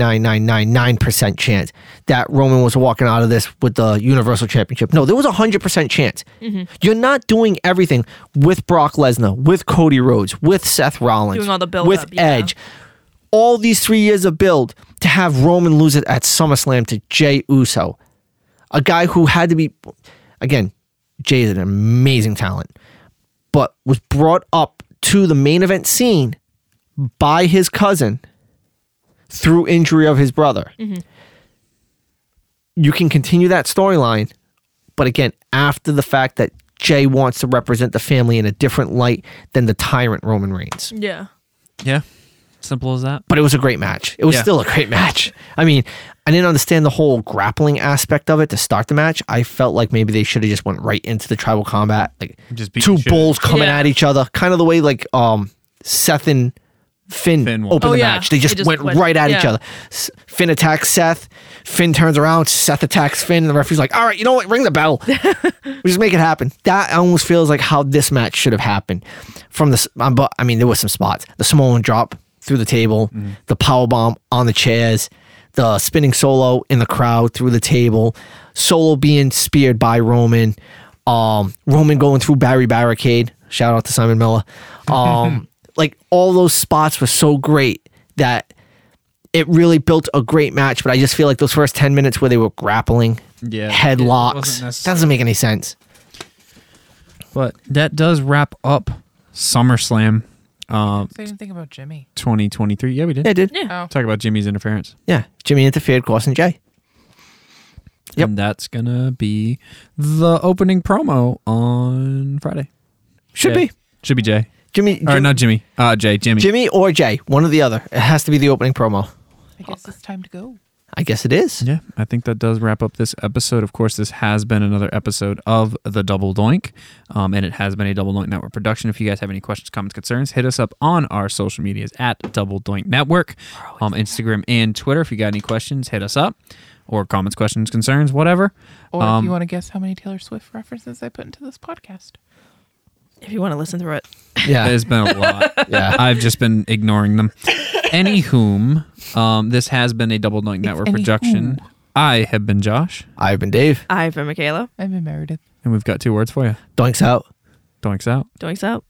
[SPEAKER 2] 99.999999999% chance that Roman was walking out of this with the Universal Championship. No, there was a 100% chance.
[SPEAKER 3] Mm-hmm.
[SPEAKER 2] You're not doing everything with Brock Lesnar, with Cody Rhodes, with Seth Rollins,
[SPEAKER 3] Doing all the build
[SPEAKER 2] with
[SPEAKER 3] up, yeah.
[SPEAKER 2] Edge. All these three years of build to have Roman lose it at SummerSlam to Jay Uso, a guy who had to be, again, Jay is an amazing talent but was brought up to the main event scene by his cousin through injury of his brother. You can continue that storyline, but again, after the fact that Jay wants to represent the family in a different light than the tyrant Roman Reigns.
[SPEAKER 3] Yeah.
[SPEAKER 1] Yeah. Simple as that.
[SPEAKER 2] But it was a great match. It was
[SPEAKER 1] Yeah.
[SPEAKER 2] still a great match. I mean, I didn't understand the whole grappling aspect of it to start the match. I felt like maybe they should have just went right into the tribal combat, like
[SPEAKER 1] Just beat
[SPEAKER 2] two
[SPEAKER 1] the shit
[SPEAKER 2] bulls coming
[SPEAKER 3] Yeah.
[SPEAKER 2] at each other, kind of the way like um Seth and Finn,
[SPEAKER 1] Finn was.
[SPEAKER 2] opened
[SPEAKER 3] Oh,
[SPEAKER 2] the
[SPEAKER 3] yeah.
[SPEAKER 2] match. They just,
[SPEAKER 3] They just
[SPEAKER 2] went,
[SPEAKER 3] went-
[SPEAKER 2] right at each
[SPEAKER 3] yeah.
[SPEAKER 2] other. S- Finn attacks Seth. Finn turns around. Seth attacks Finn, and the referee's like, "All right, you know what? Ring the bell. we just make it happen." That almost feels like how this match should have happened. From the, s- um, but I mean, there were some spots. The Samoan drop through the table,
[SPEAKER 1] Mm-hmm.
[SPEAKER 2] the power bomb on the chairs, the spinning solo in the crowd through the table, solo being speared by Roman, um, Roman going through Barry Barricade. Shout out to Simon Miller. Um, like all those spots were so great that it really built a great match, but I just feel like those first 10 minutes where they were grappling,
[SPEAKER 1] Yeah, it
[SPEAKER 2] headlocks,
[SPEAKER 1] wasn't necessary.
[SPEAKER 2] doesn't make any sense.
[SPEAKER 1] But that does wrap up SummerSlam uh,
[SPEAKER 4] So I didn't think about Jimmy.
[SPEAKER 1] 2023. Yeah, we did.
[SPEAKER 2] Yeah, dude.
[SPEAKER 3] Yeah.
[SPEAKER 4] Oh.
[SPEAKER 1] Talk about Jimmy's interference.
[SPEAKER 2] Yeah. Jimmy interfered, Corson Jay. Yep.
[SPEAKER 1] And that's going to be the opening promo on Friday.
[SPEAKER 2] Should
[SPEAKER 1] Jay.
[SPEAKER 2] be.
[SPEAKER 1] Should be Jay.
[SPEAKER 2] Jimmy, Jim-
[SPEAKER 1] Or not Jimmy. Uh, Jay, Jimmy.
[SPEAKER 2] Jimmy or Jay, one or the other. It has to be the opening promo.
[SPEAKER 4] I guess it's time to go.
[SPEAKER 2] I guess it is.
[SPEAKER 1] Yeah, I think that does wrap up this episode. Of course, this has been another episode of The Double Doink, um, and it has been a Double Doink Network production. If you guys have any questions, comments, concerns, hit us up on our social medias at Double Doink Network, um, Instagram and Twitter. If you got any questions, hit us up, or comments, questions, concerns, whatever.
[SPEAKER 4] Or if
[SPEAKER 1] Um,
[SPEAKER 4] you want to guess how many Taylor Swift references I put into this podcast.
[SPEAKER 3] If you want to listen through it.
[SPEAKER 2] Yeah.
[SPEAKER 1] There's been a lot.
[SPEAKER 2] Yeah.
[SPEAKER 1] I've just been ignoring them. Anywhom, um, this has been a Double Doink Network
[SPEAKER 4] anywho.
[SPEAKER 1] production. I have been Josh,
[SPEAKER 2] I've been Dave.
[SPEAKER 3] I've been Michaela.
[SPEAKER 4] I've been Meredith.
[SPEAKER 1] and we've got two words for you.
[SPEAKER 2] Doinks out.
[SPEAKER 1] Doinks out.
[SPEAKER 3] Doinks up.